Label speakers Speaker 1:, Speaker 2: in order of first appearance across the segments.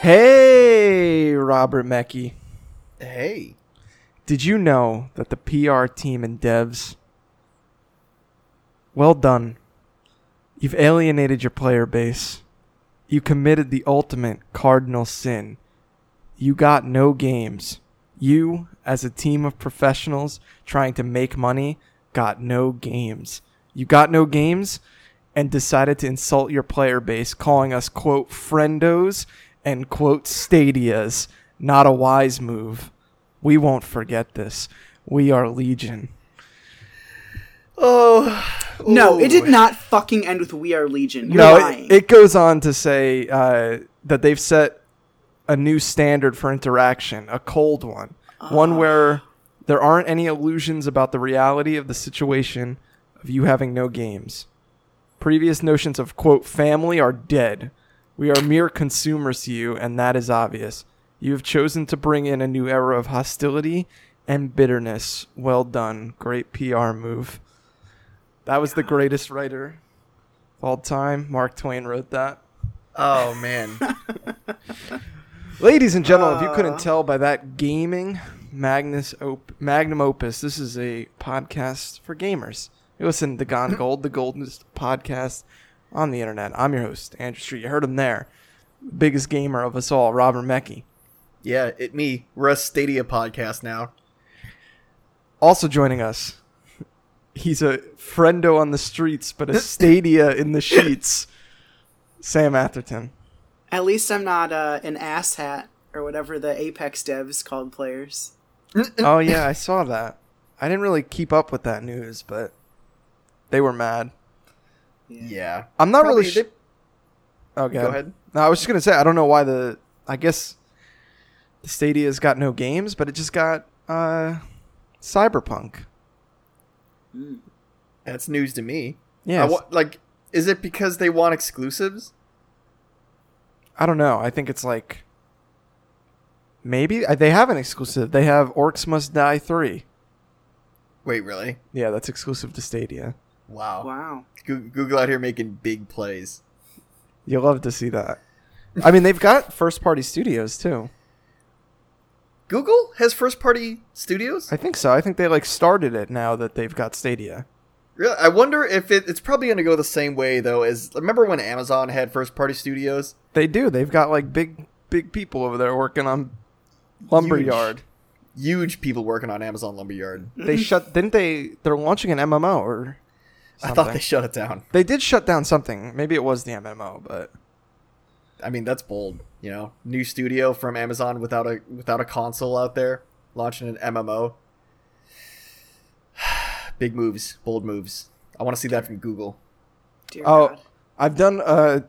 Speaker 1: Hey, Robert Mackey.
Speaker 2: Hey.
Speaker 1: Did you know that the PR team and devs? Well done. You've alienated your player base. You committed the ultimate cardinal sin. You got no games. You, as a team of professionals trying to make money, got no games. You got no games and decided to insult your player base, calling us, quote, friendos and, quote, stadias. Not a wise move. We won't forget this. We are Legion.
Speaker 2: Oh.
Speaker 3: No,
Speaker 2: Ooh.
Speaker 3: it did not fucking end with "We Are Legion." You're
Speaker 1: no, it-
Speaker 3: lying.
Speaker 1: It, goes on to say uh, that they've set a new standard for interaction, a cold one, one
Speaker 3: Ah.
Speaker 1: where there aren't any illusions about the reality of the situation of you having no games. Previous notions of quote family are dead. We are mere consumers to you, and that is obvious. You have chosen to bring in a new era of hostility and bitterness. Well done. Great PR move. That was the greatest writer all time. Mark Twain wrote that.
Speaker 2: Oh, man.
Speaker 1: Ladies and gentlemen, if you couldn't tell by that gaming Magnus op- magnum opus, this is a podcast for gamers. You listen to Gone Gold, the goldenest podcast on the internet. I'm your host, Andrew Street. You heard him there. Biggest gamer of us all, Robert Mecki.
Speaker 2: yeah, it me. We're a Stadia podcast now.
Speaker 1: Also joining us, he's a friendo on the streets, but a stadia in the sheets. Sam Atherton.
Speaker 3: At least I'm not uh, an asshat or whatever the Apex devs called players.
Speaker 1: oh yeah, I saw that. I didn't really keep up with that news, but they were mad.
Speaker 2: Yeah.
Speaker 1: I'm not
Speaker 2: Probably
Speaker 1: really. Sh-
Speaker 2: they-
Speaker 1: oh, go,
Speaker 2: Go
Speaker 1: ahead.
Speaker 2: ahead.
Speaker 1: No, I was just gonna say I don't know why the I guess the Stadia's got no games, but it just got uh Cyberpunk.
Speaker 2: That's news to me.
Speaker 1: Yeah,
Speaker 2: I wa- like, is it because they want exclusives?
Speaker 1: I don't know. I think it's like maybe uh, they have an exclusive. They have Orcs Must Die three.
Speaker 2: Wait, really?
Speaker 1: Yeah, that's exclusive to Stadia.
Speaker 2: Wow.
Speaker 3: Wow.
Speaker 2: Goo- Google out here making big plays.
Speaker 1: You love to see that. I mean, they've got first party studios too.
Speaker 2: Google has first party studios?
Speaker 1: I think so. I think they like started it now that they've got Stadia.
Speaker 2: Really? I wonder if it, it's probably going to go the same way, though, as remember when Amazon had first party studios?
Speaker 1: They do. They've got like big big people over there working on lumberyard.
Speaker 2: Huge people working on Amazon Lumberyard.
Speaker 1: They shut didn't they they're launching an MMO or
Speaker 2: I
Speaker 1: something.
Speaker 2: thought they shut it down.
Speaker 1: They did shut down something. Maybe it was the MMO, but
Speaker 2: I mean, that's bold. You know, new studio from Amazon without a without a console out there, launching an MMO. Big moves, bold moves. I want to see that from Google.
Speaker 3: Dear
Speaker 1: Oh,
Speaker 3: God.
Speaker 1: I've done uh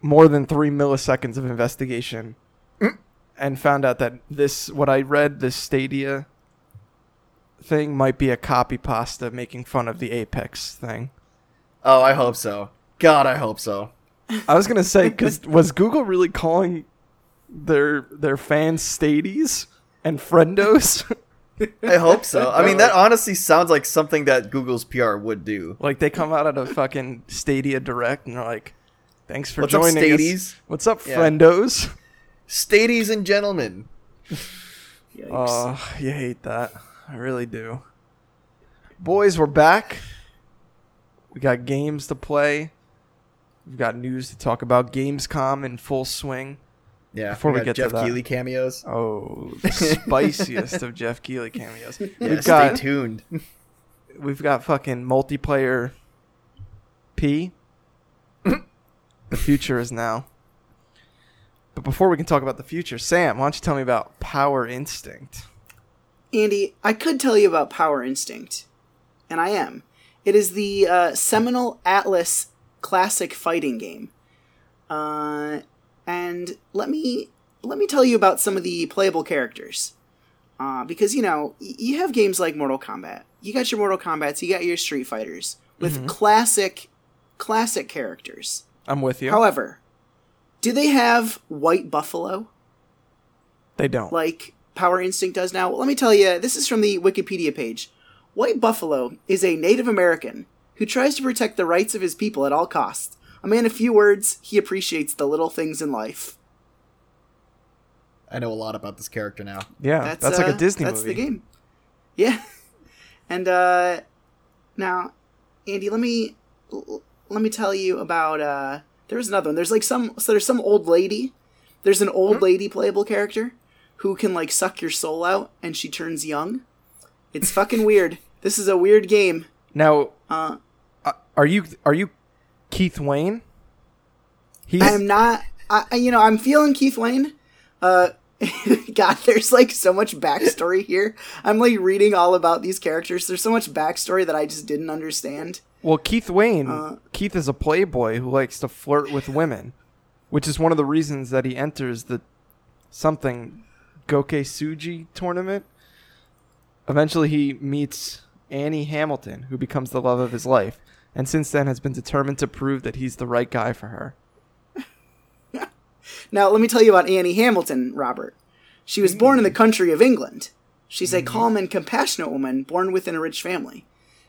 Speaker 1: more than 3 milliseconds of investigation and found out that this what I read this Stadia thing might be a copy pasta making fun of the Apex thing.
Speaker 2: Oh, I hope so. God, I hope so.
Speaker 1: I was gonna say because was Google really calling their their fans stadies and friendos?
Speaker 2: I hope so. I mean, that honestly sounds like something that Google's PR would do.
Speaker 1: like they come out at a fucking Stadia Direct and they're like, "Thanks for
Speaker 2: What's up,
Speaker 1: joining us.
Speaker 2: stadies?"
Speaker 1: What's up,
Speaker 2: Yeah.
Speaker 1: friendos?"
Speaker 2: Stadies and gentlemen.
Speaker 3: Yikes.
Speaker 1: Oh, you hate that. I really do. Boys, we're back. We got games to play. We've got news to talk about. Gamescom in full swing.
Speaker 2: Yeah.
Speaker 1: Before we
Speaker 2: got
Speaker 1: get to
Speaker 2: Jeff
Speaker 1: that.
Speaker 2: Keighley cameos.
Speaker 1: Oh, the spiciest of Jeff Keighley cameos.
Speaker 2: Yeah,
Speaker 1: We've
Speaker 2: stay
Speaker 1: got
Speaker 2: tuned.
Speaker 1: we've got fucking multiplayer P. the future is now. But before we can talk about the future, Sam, why don't you tell me about Power Instinct?
Speaker 3: Andy, I could tell you about Power Instinct, and I am. It is the uh, seminal Atlas classic fighting game, uh, and let me let me tell you about some of the playable characters, uh, because you know y- you have games like Mortal Kombat. You got your Mortal Kombat's, you got your Street Fighters with classic classic characters.
Speaker 1: I'm with you.
Speaker 3: However, do they have White Buffalo?
Speaker 1: they don't.
Speaker 3: like Power Instinct does now. Let me tell you, this is from the Wikipedia page. White Buffalo is a Native American who tries to protect the rights of his people at all costs. A man of few words, he appreciates the little things in life.
Speaker 2: I know a lot about this character now.
Speaker 1: Yeah, that's,
Speaker 3: That's,
Speaker 1: like
Speaker 3: uh,
Speaker 1: a Disney
Speaker 3: That's
Speaker 1: movie.
Speaker 3: the game. Yeah, and uh, now, Andy, let me l- let me tell you about. Uh, there's another one. There's like some. So there's some old lady. There's an
Speaker 1: Mm-hmm.
Speaker 3: old lady playable character who can like suck your soul out, and she turns young. It's fucking weird. This is a weird game.
Speaker 1: Now,
Speaker 3: Uh,
Speaker 1: uh, are you are you Keith Wayne? He's
Speaker 3: I'm not. I, I- you know, I'm feeling Keith Wayne. Uh, God, there's like so much backstory here. I'm like reading all about these characters. There's so much backstory that I just didn't understand.
Speaker 1: well, Keith Wayne.
Speaker 3: Uh,
Speaker 1: Keith is a playboy who likes to flirt with women, which is one of the reasons that he enters the something Goke Suji tournament. Eventually, he meets Annie Hamilton, who becomes the love of his life, and since then has been determined to prove that he's the right guy for her.
Speaker 3: Now, let me tell you about Annie Hamilton, Robert. She was born in the country of England. She's a calm and compassionate woman born within a rich family.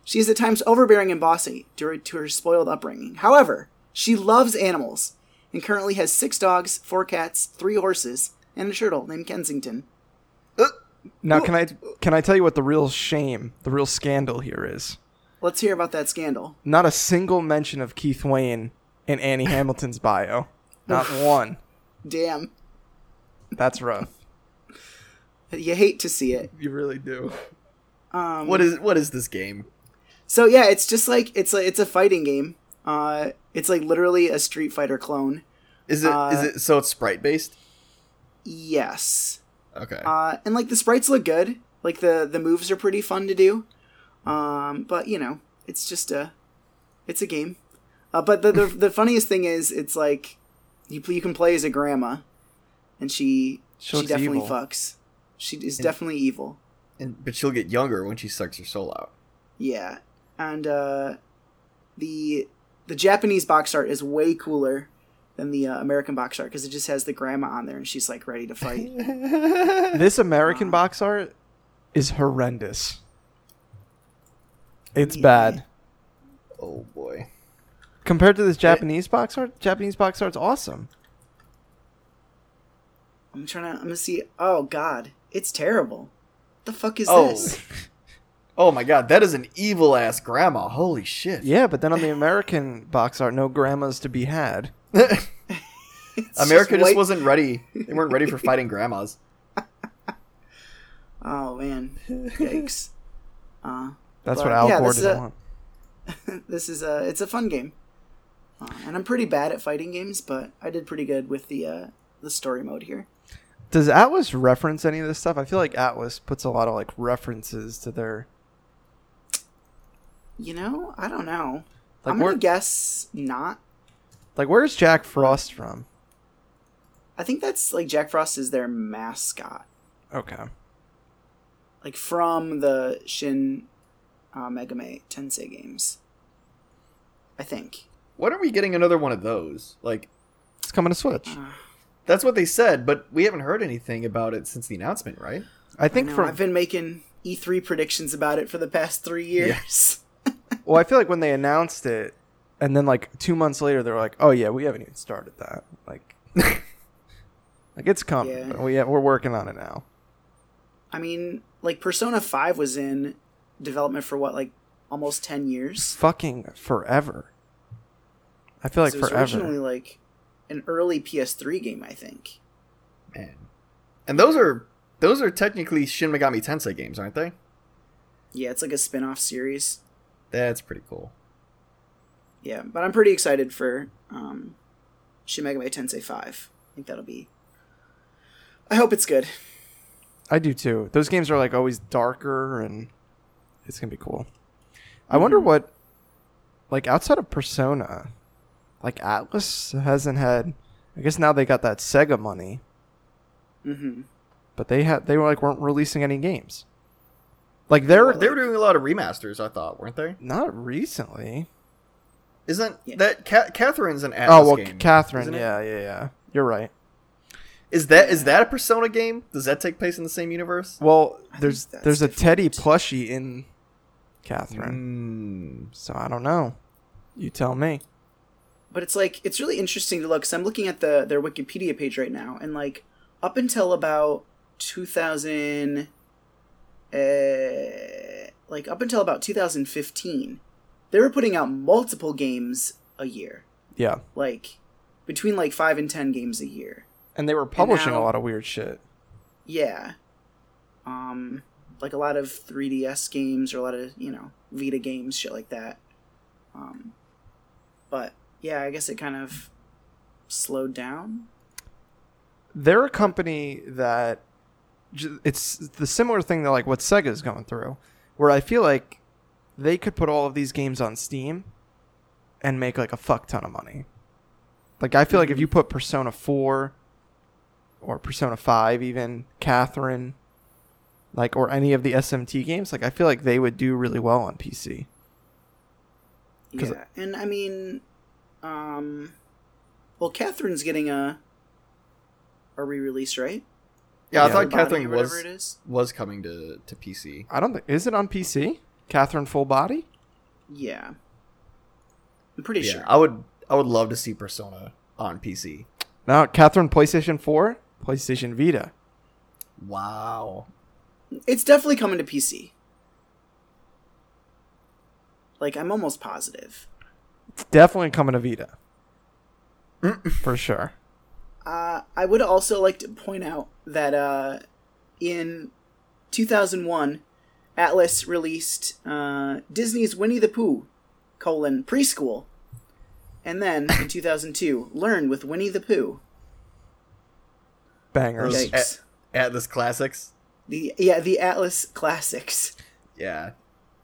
Speaker 3: She is at times overbearing and bossy due to her spoiled upbringing. However, she loves animals and currently has six dogs, four cats, three horses, and a turtle named Kensington.
Speaker 1: Uh, Now, can I can I tell you what the real shame, the real scandal here is?
Speaker 3: Let's hear about that scandal.
Speaker 1: Not a single mention of Keith Wayne in Annie Hamilton's bio. Not one.
Speaker 3: Damn.
Speaker 1: That's rough.
Speaker 3: You hate to see it.
Speaker 1: You really do.
Speaker 3: Um,
Speaker 2: What is what is this game?
Speaker 3: So yeah, it's just like it's a, it's a fighting game. Uh, it's like literally a Street Fighter clone.
Speaker 2: Is it is
Speaker 3: Uh,
Speaker 2: it so it's sprite based?
Speaker 3: Yes.
Speaker 2: Okay.
Speaker 3: Uh, and like the sprites look good. Like the the moves are pretty fun to do. Um, but you know, it's just a it's a game. Uh, but the, the the funniest thing is, it's like you pl- you can play as a grandma, and she
Speaker 1: She
Speaker 3: she
Speaker 1: looks
Speaker 3: definitely
Speaker 1: evil.
Speaker 3: fucks. She is definitely evil.
Speaker 2: and, but she'll get younger when she sucks her soul out.
Speaker 3: Yeah, and uh, the the Japanese box art is way cooler than the uh, American box art because it just has the grandma on there and she's like ready to fight.
Speaker 1: This American box art is horrendous. It's bad.
Speaker 2: Oh boy.
Speaker 1: Compared to this Japanese box art, Japanese box art's awesome.
Speaker 3: I'm trying to. I'm gonna see. Oh God, it's terrible. The fuck is
Speaker 2: Oh.
Speaker 3: this?
Speaker 2: Oh my god, that is an evil ass grandma. Holy shit.
Speaker 1: Yeah, but then on the American box art, no grandmas to be had.
Speaker 3: It's
Speaker 2: America just
Speaker 3: white-
Speaker 2: wasn't ready. They weren't ready for fighting grandmas.
Speaker 3: Oh man, yikes. Uh,
Speaker 1: That's what
Speaker 3: But-
Speaker 1: Al
Speaker 3: Yeah,
Speaker 1: Gore
Speaker 3: this is
Speaker 1: didn't
Speaker 3: a-
Speaker 1: want.
Speaker 3: this is a. It's a fun game, uh, and I'm pretty bad at fighting games, but I did pretty good with the uh, the story mode here.
Speaker 1: Does Atlas reference any of this stuff? I feel like Atlas puts a lot of like references to their
Speaker 3: You know, I don't know.
Speaker 1: like
Speaker 3: I'm gonna
Speaker 1: where
Speaker 3: guess not.
Speaker 1: like where's Jack Frost from?
Speaker 3: I think that's like Jack Frost is their mascot,
Speaker 1: Okay.
Speaker 3: like from the Shin uh, Megami Tensei games. I think.
Speaker 2: When are we getting another one of those? Like
Speaker 1: It's coming to Switch.
Speaker 3: Uh,
Speaker 2: that's what they said, but we haven't heard anything about it since the announcement, right?
Speaker 1: I
Speaker 3: I
Speaker 1: think
Speaker 3: know,
Speaker 1: from
Speaker 3: I've been making E3 predictions about it for the past three years.
Speaker 1: well, I feel like when they announced it, and then like two months later, they're like, "Oh yeah, we haven't even started that." Like, like it's coming.
Speaker 3: Yeah.
Speaker 1: But we we're working on it now.
Speaker 3: I mean, like Persona Five was in development for what, like almost ten years.
Speaker 1: Fucking forever. I feel like
Speaker 3: So it was
Speaker 1: forever.
Speaker 3: originally like an early PS3 game, I think.
Speaker 2: Man. And those are those are technically Shin Megami Tensei games, aren't they?
Speaker 3: Yeah, it's like a spin-off series.
Speaker 2: That's pretty cool.
Speaker 3: Yeah, but I'm pretty excited for um, Shin Megami Tensei 5. I think that'll be. I hope it's good.
Speaker 1: I do too. Those games are like always darker, and it's gonna be cool. I
Speaker 3: Mm-hmm.
Speaker 1: wonder what, like outside of Persona, like Atlas hasn't had. I guess now they got that Sega money,
Speaker 3: hmm
Speaker 1: but they had they were like weren't releasing any games. Like they're
Speaker 2: They were doing a lot of remasters, I thought, weren't they?
Speaker 1: Not recently.
Speaker 2: Isn't
Speaker 3: Yeah.
Speaker 2: that Ca- Catherine's an Atlas
Speaker 1: oh well,
Speaker 2: game?
Speaker 1: Catherine.
Speaker 2: isn't it?
Speaker 1: Yeah, yeah, yeah. You're right.
Speaker 2: Is that is that a Persona game? Does that take place in the same universe?
Speaker 1: Well,
Speaker 3: think
Speaker 1: there's
Speaker 3: that's
Speaker 1: there's a Teddy
Speaker 3: different.
Speaker 1: plushie in Catherine, so I don't know. You tell me.
Speaker 3: But it's like it's really interesting to look. So I'm looking at the their Wikipedia page right now, and like up until about 2000 uh, like up until about 2015 they were putting out multiple games a year
Speaker 1: Yeah.
Speaker 3: like between like 5 and 10 games a year
Speaker 1: And they were publishing
Speaker 3: now-
Speaker 1: a lot of weird shit.
Speaker 3: yeah um like a lot of 3ds games or a lot of you know vita games shit like that um but yeah i guess it kind of slowed down
Speaker 1: They're a company that j- it's the similar thing that like what Sega's going through, where I feel like they could put all of these games on Steam and make like a fuck ton of money. Like I feel like if you put Persona 4 or Persona 5 even Catherine like or any of the SMT games, like I feel like they would do really well on PC. 'Cause-
Speaker 3: Yeah, and I mean, um, well, Catherine's getting a a re-release, right?
Speaker 2: Yeah, I
Speaker 1: Yeah.
Speaker 2: thought
Speaker 3: Body or
Speaker 2: Catherine
Speaker 3: whatever
Speaker 2: was
Speaker 3: it is.
Speaker 2: was coming to to PC.
Speaker 1: I don't think is it on PC? Catherine Full Body?
Speaker 3: Yeah, I'm pretty
Speaker 2: Yeah,
Speaker 3: sure.
Speaker 2: I would I would love to see Persona on PC.
Speaker 1: No, Catherine PlayStation 4, PlayStation Vita.
Speaker 2: Wow.
Speaker 3: It's definitely coming to PC. Like, I'm almost positive.
Speaker 1: It's definitely coming to Vita. For sure.
Speaker 3: Uh, I would also like to point out that uh, in 2001, Atlas released uh, Disney's Winnie the Pooh colon preschool, and then in 2002, Learn with Winnie the Pooh.
Speaker 1: Bangers.
Speaker 2: Those
Speaker 3: Yikes.
Speaker 2: At- Atlas Classics.
Speaker 3: The yeah, the Atlas classics.
Speaker 2: Yeah.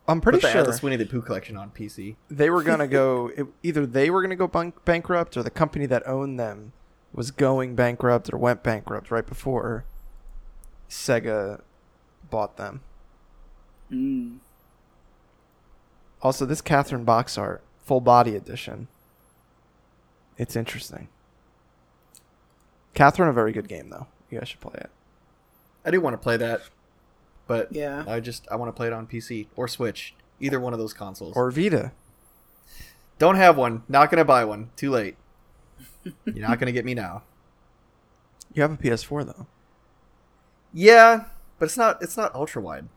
Speaker 1: I'm pretty
Speaker 2: Put the
Speaker 1: sure
Speaker 2: Atlas Winnie the Pooh collection on PC.
Speaker 1: they were going to go, it, either they were going to go bank- bankrupt or the company that owned them was going bankrupt or went bankrupt right before Sega bought them.
Speaker 3: Mm.
Speaker 1: Also, this Catherine box art, full body edition. It's interesting. Catherine, a very good game, though. You guys should play it.
Speaker 2: I do want to play that, but
Speaker 3: Yeah.
Speaker 2: I just I want to play it on PC or Switch, either one of those consoles.
Speaker 1: Or Vita.
Speaker 2: Don't have one. Not gonna buy one. Too late. You're not gonna get me now.
Speaker 1: You have a PS4, though.
Speaker 2: Yeah, but it's not it's not ultra wide.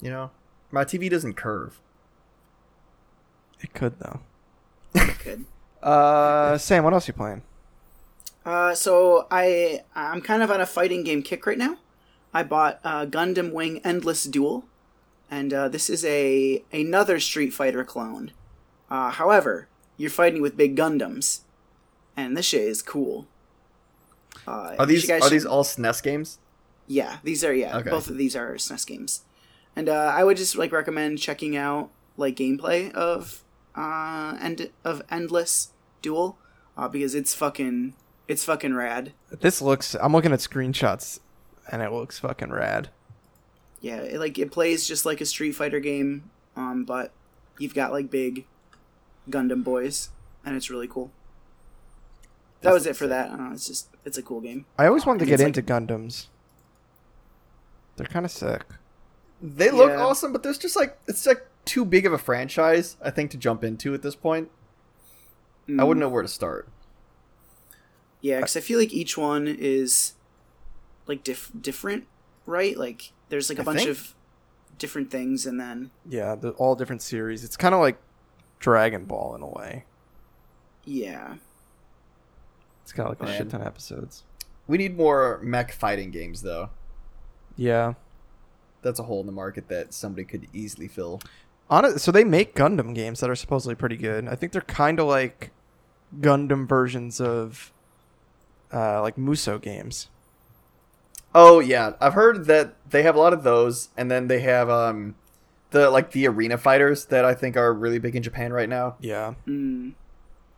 Speaker 2: You know, my TV doesn't curve.
Speaker 1: It could, though.
Speaker 3: Good.
Speaker 1: Uh, Sam, what else you playing?
Speaker 3: Uh, so I I'm kind of on a fighting game kick right now. I bought uh, Gundam Wing Endless Duel, and uh, this is a another Street Fighter clone. Uh, however, you're fighting with big Gundams, and this shit is cool. Uh,
Speaker 2: Are
Speaker 3: you
Speaker 2: these are
Speaker 3: guys should-
Speaker 2: these all SNES games?
Speaker 3: yeah, these are yeah.
Speaker 2: Okay.
Speaker 3: Both of these are SNES games, and uh, I would just like recommend checking out like gameplay of uh end of Endless Duel, uh, because it's fucking it's fucking rad.
Speaker 1: This looks. I'm looking at screenshots, and it looks fucking rad.
Speaker 3: Yeah, it, like it plays just like a Street Fighter game, um, but you've got like big Gundam boys, and it's really cool. That was it for that. I don't know, it's just it's a cool game.
Speaker 1: I always wanted to
Speaker 3: And
Speaker 1: get
Speaker 3: it's
Speaker 1: into Gundams. They're kind of sick.
Speaker 2: They look
Speaker 3: Yeah.
Speaker 2: awesome, but there's just like it's like too big of a franchise, I think, to jump into at this point. I wouldn't know where to start.
Speaker 3: Mm, Yeah, because I feel like each one is like diff- different, right? Like there's like a
Speaker 2: I
Speaker 3: bunch
Speaker 2: think.
Speaker 3: of different things, and then
Speaker 1: Yeah, they're all different series. It's kind of like Dragon Ball in a way.
Speaker 3: yeah,
Speaker 1: It's got like a
Speaker 2: Man.
Speaker 1: shit ton of episodes.
Speaker 2: We need more mech fighting games, though.
Speaker 1: Yeah.
Speaker 2: That's a hole in the market that somebody could easily fill.
Speaker 1: Honest, so they make Gundam games that are supposedly pretty good. I think they're kind of like Gundam versions of uh, like Muso games.
Speaker 2: Oh yeah, I've heard that they have a lot of those, and then they have um, the like the arena fighters that I think are really big in Japan right now.
Speaker 1: Yeah.
Speaker 3: mm,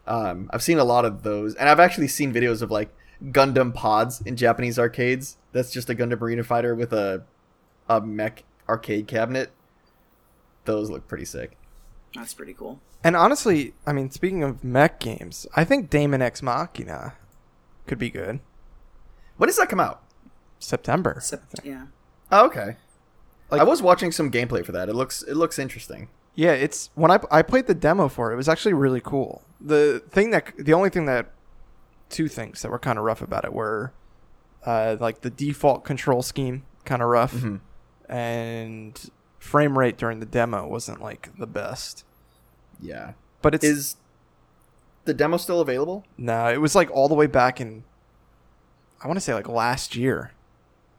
Speaker 2: Um, I've seen a lot of those, and I've actually seen videos of like Gundam pods in Japanese arcades. That's just a Gundam Arena Fighter with a a mech arcade cabinet. Those look pretty sick.
Speaker 3: that's pretty cool.
Speaker 1: And honestly, I mean, speaking of mech games, I think Damon X Machina could be good.
Speaker 2: When does that come out?
Speaker 1: September.
Speaker 3: Sep- yeah,
Speaker 2: Oh, okay.
Speaker 1: Like-
Speaker 2: I was watching some gameplay for that. It looks it looks interesting.
Speaker 1: Yeah, it's when I I played the demo for it. It was actually really cool. The thing that the only thing that two things that were kind of rough about it were uh, like the default control scheme kind of rough,
Speaker 2: Mm-hmm.
Speaker 1: and frame rate during the demo wasn't like the best.
Speaker 2: Yeah.
Speaker 1: But it's
Speaker 2: Is the demo still available?
Speaker 1: no, it was like all the way back in I want to say like last year,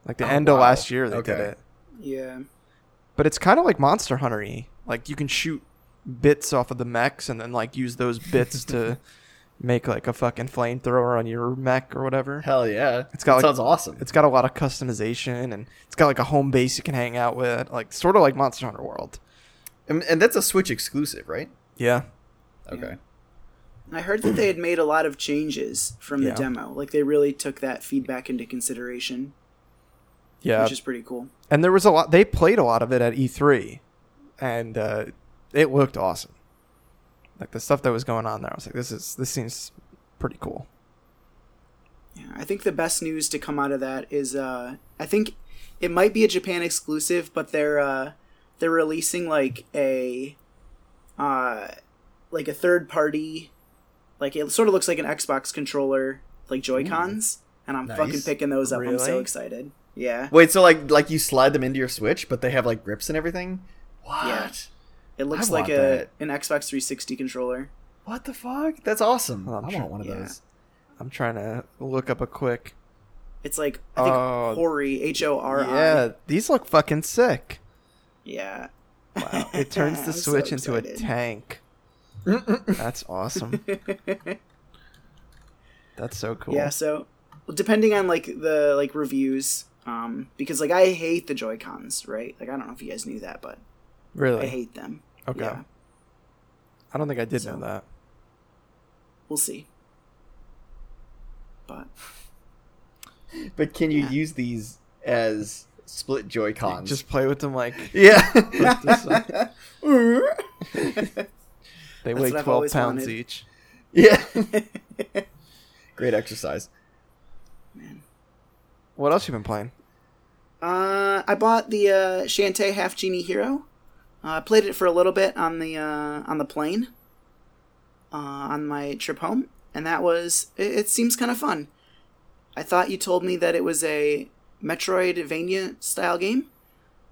Speaker 1: like the
Speaker 2: Oh,
Speaker 1: end of
Speaker 2: wow.
Speaker 1: last year they did
Speaker 2: Okay.
Speaker 1: it.
Speaker 3: Yeah.
Speaker 1: But it's kind of like Monster Hunter y. Like you can shoot bits off of the mechs and then like use those bits to make like a fucking flamethrower on your mech or whatever.
Speaker 2: Hell yeah.
Speaker 1: It's got,
Speaker 2: That
Speaker 1: like-
Speaker 2: sounds awesome.
Speaker 1: It's got a lot of customization and it's got like a home base you can hang out with, like sort of like Monster Hunter World.
Speaker 2: And, and that's a Switch exclusive, right?
Speaker 1: Yeah.
Speaker 2: Okay.
Speaker 3: I heard that they had made a lot of changes from the
Speaker 1: Yeah.
Speaker 3: demo. Like they really took that feedback into consideration,
Speaker 1: Yeah.
Speaker 3: which is pretty cool.
Speaker 1: and there was a lot they played a lot of it at E3 and uh, it looked awesome. Like the stuff that was going on there, I was like this is this seems pretty cool.
Speaker 3: Yeah, I think the best news to come out of that is uh, I think it might be a Japan exclusive, but they're uh, they're releasing like a uh, like a third party, like it sort of looks like an Xbox controller, like Joy Cons, and I'm
Speaker 2: Nice.
Speaker 3: fucking picking those up. I'm so
Speaker 1: Really?
Speaker 3: excited. Yeah,
Speaker 2: Wait, so like like you slide them into your Switch, but they have like grips and everything? What?
Speaker 3: it looks
Speaker 2: I
Speaker 3: like
Speaker 2: want
Speaker 3: a
Speaker 2: that.
Speaker 3: an Xbox 360 controller.
Speaker 2: What the fuck? That's awesome.
Speaker 1: Well, I'm
Speaker 2: I
Speaker 1: sure-
Speaker 2: want one of
Speaker 3: yeah.
Speaker 2: those.
Speaker 1: I'm trying to look up a quick.
Speaker 3: It's like I think
Speaker 1: Oh.
Speaker 3: Hori H O R I.
Speaker 1: Yeah, these look fucking sick.
Speaker 3: yeah.
Speaker 1: Wow. It turns the
Speaker 3: I'm so
Speaker 1: Switch into a
Speaker 3: excited.
Speaker 1: tank. That's awesome. That's so cool.
Speaker 3: Yeah, so depending on like the like reviews, um, because like I hate the Joy Cons, right? Like I don't know if you guys knew that, but I
Speaker 1: Really?
Speaker 3: hate them.
Speaker 1: okay.
Speaker 3: Yeah,
Speaker 1: I don't think I did
Speaker 3: So-
Speaker 1: know that.
Speaker 3: we'll see. But
Speaker 2: But can you
Speaker 3: Yeah.
Speaker 2: use these as split Joy Cons?
Speaker 1: Just play with them like
Speaker 2: yeah.
Speaker 1: they
Speaker 3: That's
Speaker 1: weigh
Speaker 3: what I've
Speaker 1: 12
Speaker 3: always
Speaker 1: pounds
Speaker 3: wanted.
Speaker 1: each.
Speaker 2: yeah. Great exercise.
Speaker 1: What else you been playing?
Speaker 3: uh, I bought the uh, Shantae Half Genie Hero. Uh, I played it for a little bit on the uh, on the plane, uh, on my trip home, and that was it, it seems kind of fun. I thought you told me that it was a Metroidvania style game.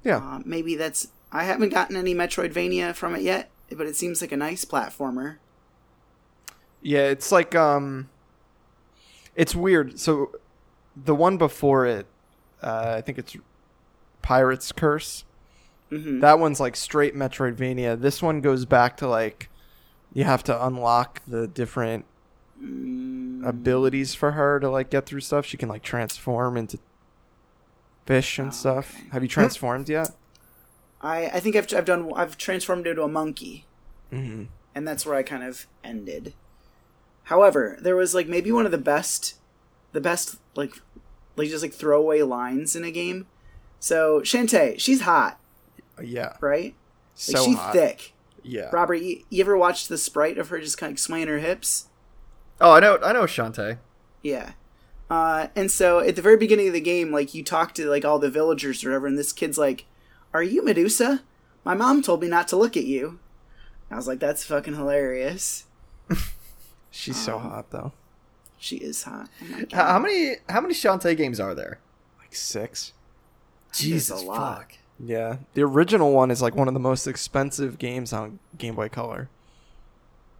Speaker 1: Yeah.
Speaker 3: Uh, maybe that's. I haven't gotten any Metroidvania from it yet, but it seems like a nice platformer.
Speaker 1: Yeah, it's like um it's weird. So the one before it, uh, I think it's Pirate's Curse.
Speaker 3: hmm
Speaker 1: That one's like straight Metroidvania. This one goes back to like you have to unlock the different
Speaker 3: Mm.
Speaker 1: abilities for her to like get through stuff. She can like transform into fish and
Speaker 3: Oh,
Speaker 1: stuff.
Speaker 3: okay.
Speaker 1: Have you transformed yet?
Speaker 3: I, I think I've, I've done. I've transformed into a monkey,
Speaker 1: Mm-hmm.
Speaker 3: and that's where I kind of ended. However, there was like maybe one of the best, the best like, like just like throwaway lines in a game. So Shantae, she's hot,
Speaker 1: Uh, Yeah.
Speaker 3: right? Like
Speaker 1: So
Speaker 3: she's
Speaker 1: hot.
Speaker 3: thick.
Speaker 1: Yeah.
Speaker 3: Robert, you, you ever watched the sprite of her just kind of swaying her hips?
Speaker 2: Oh, I know I know Shantae.
Speaker 3: Yeah. Uh, and so at the very beginning of the game, like you talk to like all the villagers or whatever, and this kid's like, "Are you Medusa? My mom told me not to look at you." I was like, "That's fucking hilarious."
Speaker 1: She's so hot though.
Speaker 3: She is hot. Oh my
Speaker 2: How,
Speaker 3: God.
Speaker 2: how many how many Shantae games are there?
Speaker 1: Like six.
Speaker 2: Jesus
Speaker 3: a lot.
Speaker 2: fuck.
Speaker 1: Yeah, the original one is like one of the most expensive games on Game Boy Color.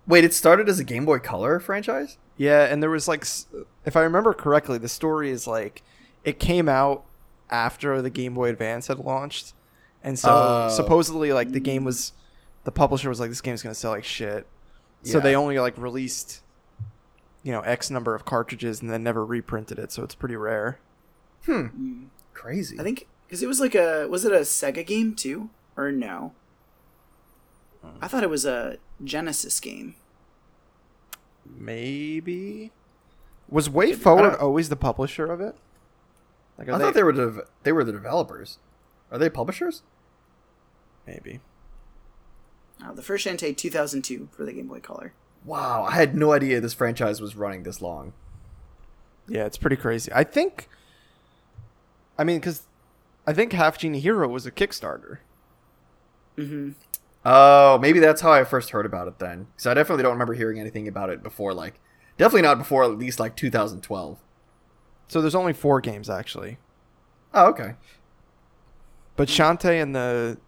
Speaker 2: Wait, it started as a Game Boy Color franchise?
Speaker 1: Yeah, and there was like, s- if I remember correctly, the story is like it came out after the Game Boy Advance had launched, and so
Speaker 2: Oh.
Speaker 1: supposedly like the game was, the publisher was like, this game's gonna sell like shit, so
Speaker 2: Yeah.
Speaker 1: they only like released, you know, X number of cartridges and then never reprinted it, so it's pretty rare.
Speaker 3: Mm.
Speaker 2: Crazy.
Speaker 3: I think because it was like a was it a Sega game too or no?
Speaker 2: Hmm.
Speaker 3: I thought it was a Genesis game.
Speaker 1: Maybe was Way Forward
Speaker 2: don't-
Speaker 1: always the publisher of it? Like,
Speaker 2: I thought they were dev- they were the developers. Are they publishers?
Speaker 1: maybe.
Speaker 3: Uh, the first Shantae 2002 for the Game Boy Color.
Speaker 2: Wow, I had no idea this franchise was running this long.
Speaker 1: Yeah, it's pretty crazy. I think. I mean, because I think Half Genie Hero was a Kickstarter.
Speaker 3: hmm
Speaker 2: Oh, maybe that's how I first heard about it then. Because I definitely don't remember hearing anything about it before like Definitely not before at least like 2012.
Speaker 1: So there's only four games actually,
Speaker 2: Oh, okay.
Speaker 1: but Shantae and the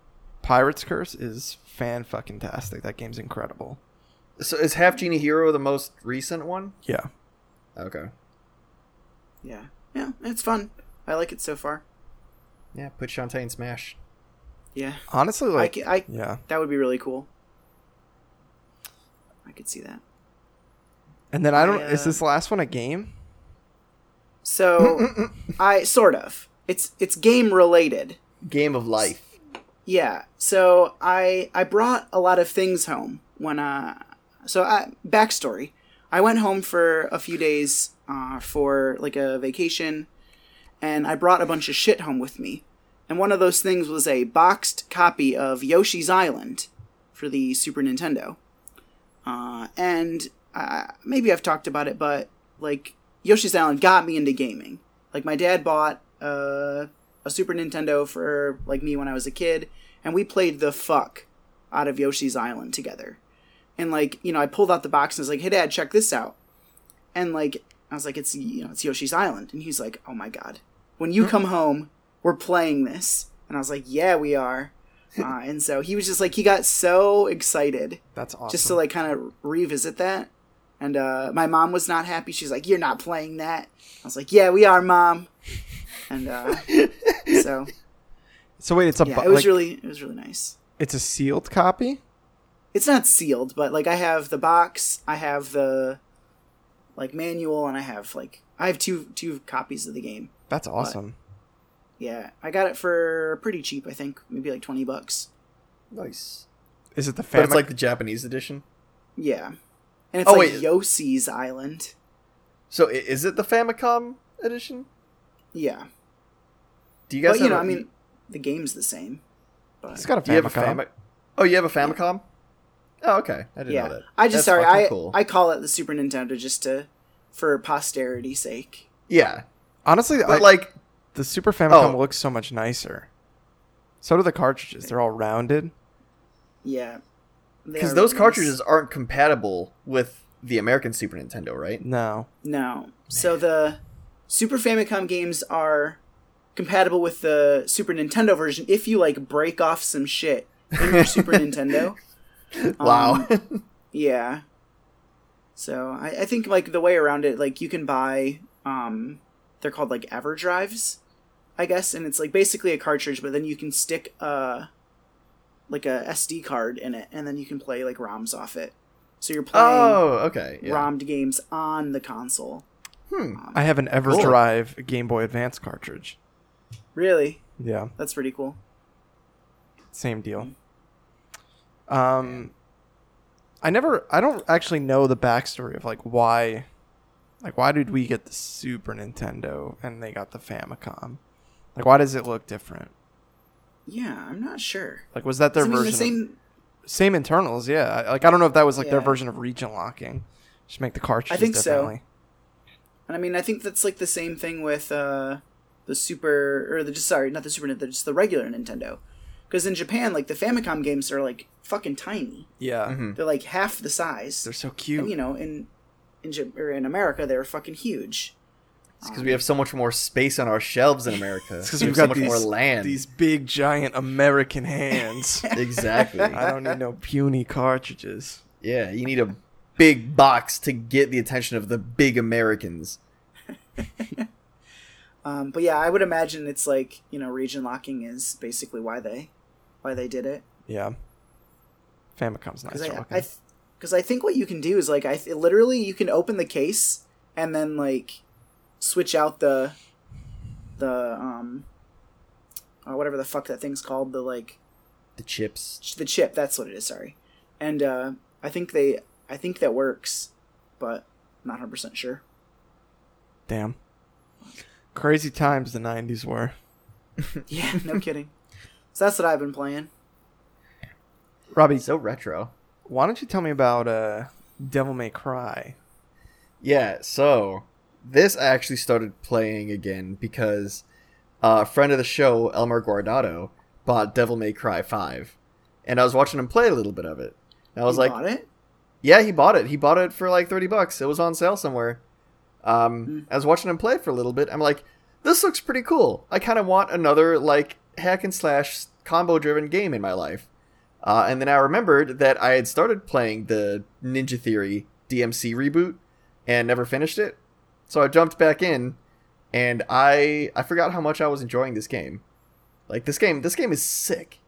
Speaker 1: Pirates Curse is fan fucking tastic. That game's incredible.
Speaker 2: So is Half Genie Hero the most recent one?
Speaker 1: Yeah,
Speaker 2: Okay.
Speaker 3: Yeah. Yeah, it's fun. I like it so far.
Speaker 2: Yeah, put Shantae in Smash.
Speaker 3: Yeah.
Speaker 1: honestly,
Speaker 3: I,
Speaker 1: like
Speaker 3: ca- I
Speaker 1: yeah.
Speaker 3: that would be really cool. I could see that.
Speaker 1: And then I don't.
Speaker 3: I, uh,
Speaker 1: Is this last one a game?
Speaker 3: So I sort of. It's it's game related.
Speaker 2: Game of Life.
Speaker 3: Yeah. So I I brought a lot of things home when uh so I backstory. I went home for a few days uh, for like a vacation, and I brought a bunch of shit home with me. And one of those things was a boxed copy of Yoshi's Island for the Super Nintendo. Uh, and uh, maybe I've talked about it, but like Yoshi's Island got me into gaming. Like my dad bought uh, a Super Nintendo for like me when I was a kid, and we played the fuck out of Yoshi's Island together. And like you know, I pulled out the box and was like, "Hey, Dad, check this out." And like I was like, "It's you know, it's Yoshi's Island," and he's like, "Oh my god, when you come home, we're playing this." And I was like, "Yeah, we are." Uh, and so he was just like, he got so excited
Speaker 1: That's awesome.
Speaker 3: just to like kind of revisit that. And uh, my mom was not happy. She's like, "You're not playing that." I was like, "Yeah, we are, mom." And uh, so
Speaker 1: so wait, it's a
Speaker 3: yeah,
Speaker 1: bu-
Speaker 3: it was
Speaker 1: like,
Speaker 3: really it was really nice.
Speaker 1: it's a sealed copy.
Speaker 3: It's not sealed, but like I have the box, I have the like manual, and I have like I have two two copies of the game.
Speaker 1: That's awesome.
Speaker 3: Yeah, I got it for pretty cheap. I think maybe like twenty bucks.
Speaker 2: Nice.
Speaker 1: Is it the
Speaker 2: But
Speaker 1: family?
Speaker 2: it's like the Japanese edition.
Speaker 3: Yeah, and it's
Speaker 2: Oh,
Speaker 3: like
Speaker 2: wait.
Speaker 3: Yoshi's Island.
Speaker 2: So i- is it the Famicom edition?
Speaker 3: Yeah,
Speaker 2: Do you guys
Speaker 3: but you
Speaker 2: have
Speaker 3: know,
Speaker 2: a-
Speaker 3: I mean, the game's the same. But
Speaker 1: it's got a
Speaker 2: do you have a
Speaker 1: Famicom.
Speaker 2: Fami- Oh, you have a Famicom? Oh, okay. I didn't
Speaker 3: yeah,
Speaker 2: know that.
Speaker 3: I just
Speaker 2: That's
Speaker 3: sorry.
Speaker 2: fucking
Speaker 3: I
Speaker 2: cool.
Speaker 3: I call it the Super Nintendo just to for posterity's sake.
Speaker 2: Yeah.
Speaker 1: Honestly,
Speaker 2: But
Speaker 1: I,
Speaker 2: like
Speaker 1: the Super Famicom
Speaker 2: Oh.
Speaker 1: looks so much nicer. So do the cartridges. They're all rounded.
Speaker 3: Yeah, They
Speaker 2: because
Speaker 3: are
Speaker 2: those
Speaker 3: really nice.
Speaker 2: cartridges aren't compatible with the American Super Nintendo, right?
Speaker 3: Um,
Speaker 1: No.
Speaker 3: No, so the Super Famicom games are compatible with the Super Nintendo version if you like break off some shit in your Super Nintendo. Um,
Speaker 2: wow.
Speaker 3: Yeah. So I, I think like the way around it, like you can buy um they're called like Everdrives, I guess, and it's like basically a cartridge, but then you can stick a like a SD card in it, and then you can play like ROMs off it. So you're playing
Speaker 2: oh, okay. Yeah.
Speaker 3: ROMed games on the console.
Speaker 2: Hmm.
Speaker 1: I have an EverDrive Game Boy Advance cartridge.
Speaker 3: Really,
Speaker 1: Yeah,
Speaker 3: that's pretty cool.
Speaker 1: same deal. Um, I never. I don't actually know the backstory of like why, like why did we get the Super Nintendo and they got the Famicom? Like, why does it look different?
Speaker 3: Yeah, I'm not sure.
Speaker 1: Like, was that their
Speaker 3: I mean,
Speaker 1: version?
Speaker 3: the
Speaker 1: of-
Speaker 3: same.
Speaker 1: same internals, yeah. I- Like, I don't know if that was like their
Speaker 3: Yeah.
Speaker 1: version of region locking. Just make the cartridges
Speaker 3: think so.
Speaker 1: differently.
Speaker 3: And I mean, I think that's like the same thing with uh, the Super or the just sorry, not the Super Nintendo, just the regular Nintendo. Because in Japan, like the Famicom games are like fucking tiny.
Speaker 1: Yeah,
Speaker 2: Mhm.
Speaker 3: They're like half the size.
Speaker 1: they're so
Speaker 3: and,
Speaker 1: cute.
Speaker 3: you know, in in Ja- or in America, they're fucking huge.
Speaker 2: because we have so much more space on our shelves in America.
Speaker 1: It's because
Speaker 2: We
Speaker 1: we've
Speaker 2: have so
Speaker 1: got
Speaker 2: much
Speaker 1: these,
Speaker 2: more land.
Speaker 1: these big giant American hands.
Speaker 2: Exactly.
Speaker 1: I don't need no puny cartridges.
Speaker 2: yeah, you need a big box to get the attention of the big Americans.
Speaker 3: Um, but yeah, I would imagine it's like you know, region locking is basically why they why they did it.
Speaker 1: Yeah. Famicom's nice.
Speaker 3: Because I,
Speaker 1: looking.
Speaker 3: I, th- 'cause I think what you can do is like I th- literally you can open the case and then like switch out the the um or whatever the fuck that thing's called the like
Speaker 2: The chips.
Speaker 3: ch- the chip that's what it is sorry and uh I think they I think that works but not 100 percent sure
Speaker 1: Damn. Crazy times the 90s were.
Speaker 3: yeah no kidding so that's what I've been playing
Speaker 1: Robbie,
Speaker 2: So retro.
Speaker 1: why don't you tell me about uh, Devil May Cry?
Speaker 2: Yeah, so this I actually started playing again because uh, a friend of the show, Elmer Guardado, bought Devil May Cry 5. And I was watching him play a little bit of it. And I was
Speaker 3: You
Speaker 2: like,
Speaker 3: bought it
Speaker 2: Yeah, he bought it. He bought it for like 30 bucks. It was on sale somewhere. Um,
Speaker 3: Mm.
Speaker 2: I was watching him play for a little bit. I'm like, this looks pretty cool. I kind of want another like hack and slash combo driven game in my life. Uh, and then I remembered that I had started playing the Ninja Theory DMC reboot and never finished it. So I jumped back in and I I forgot how much I was enjoying this game. Like this game this game is sick.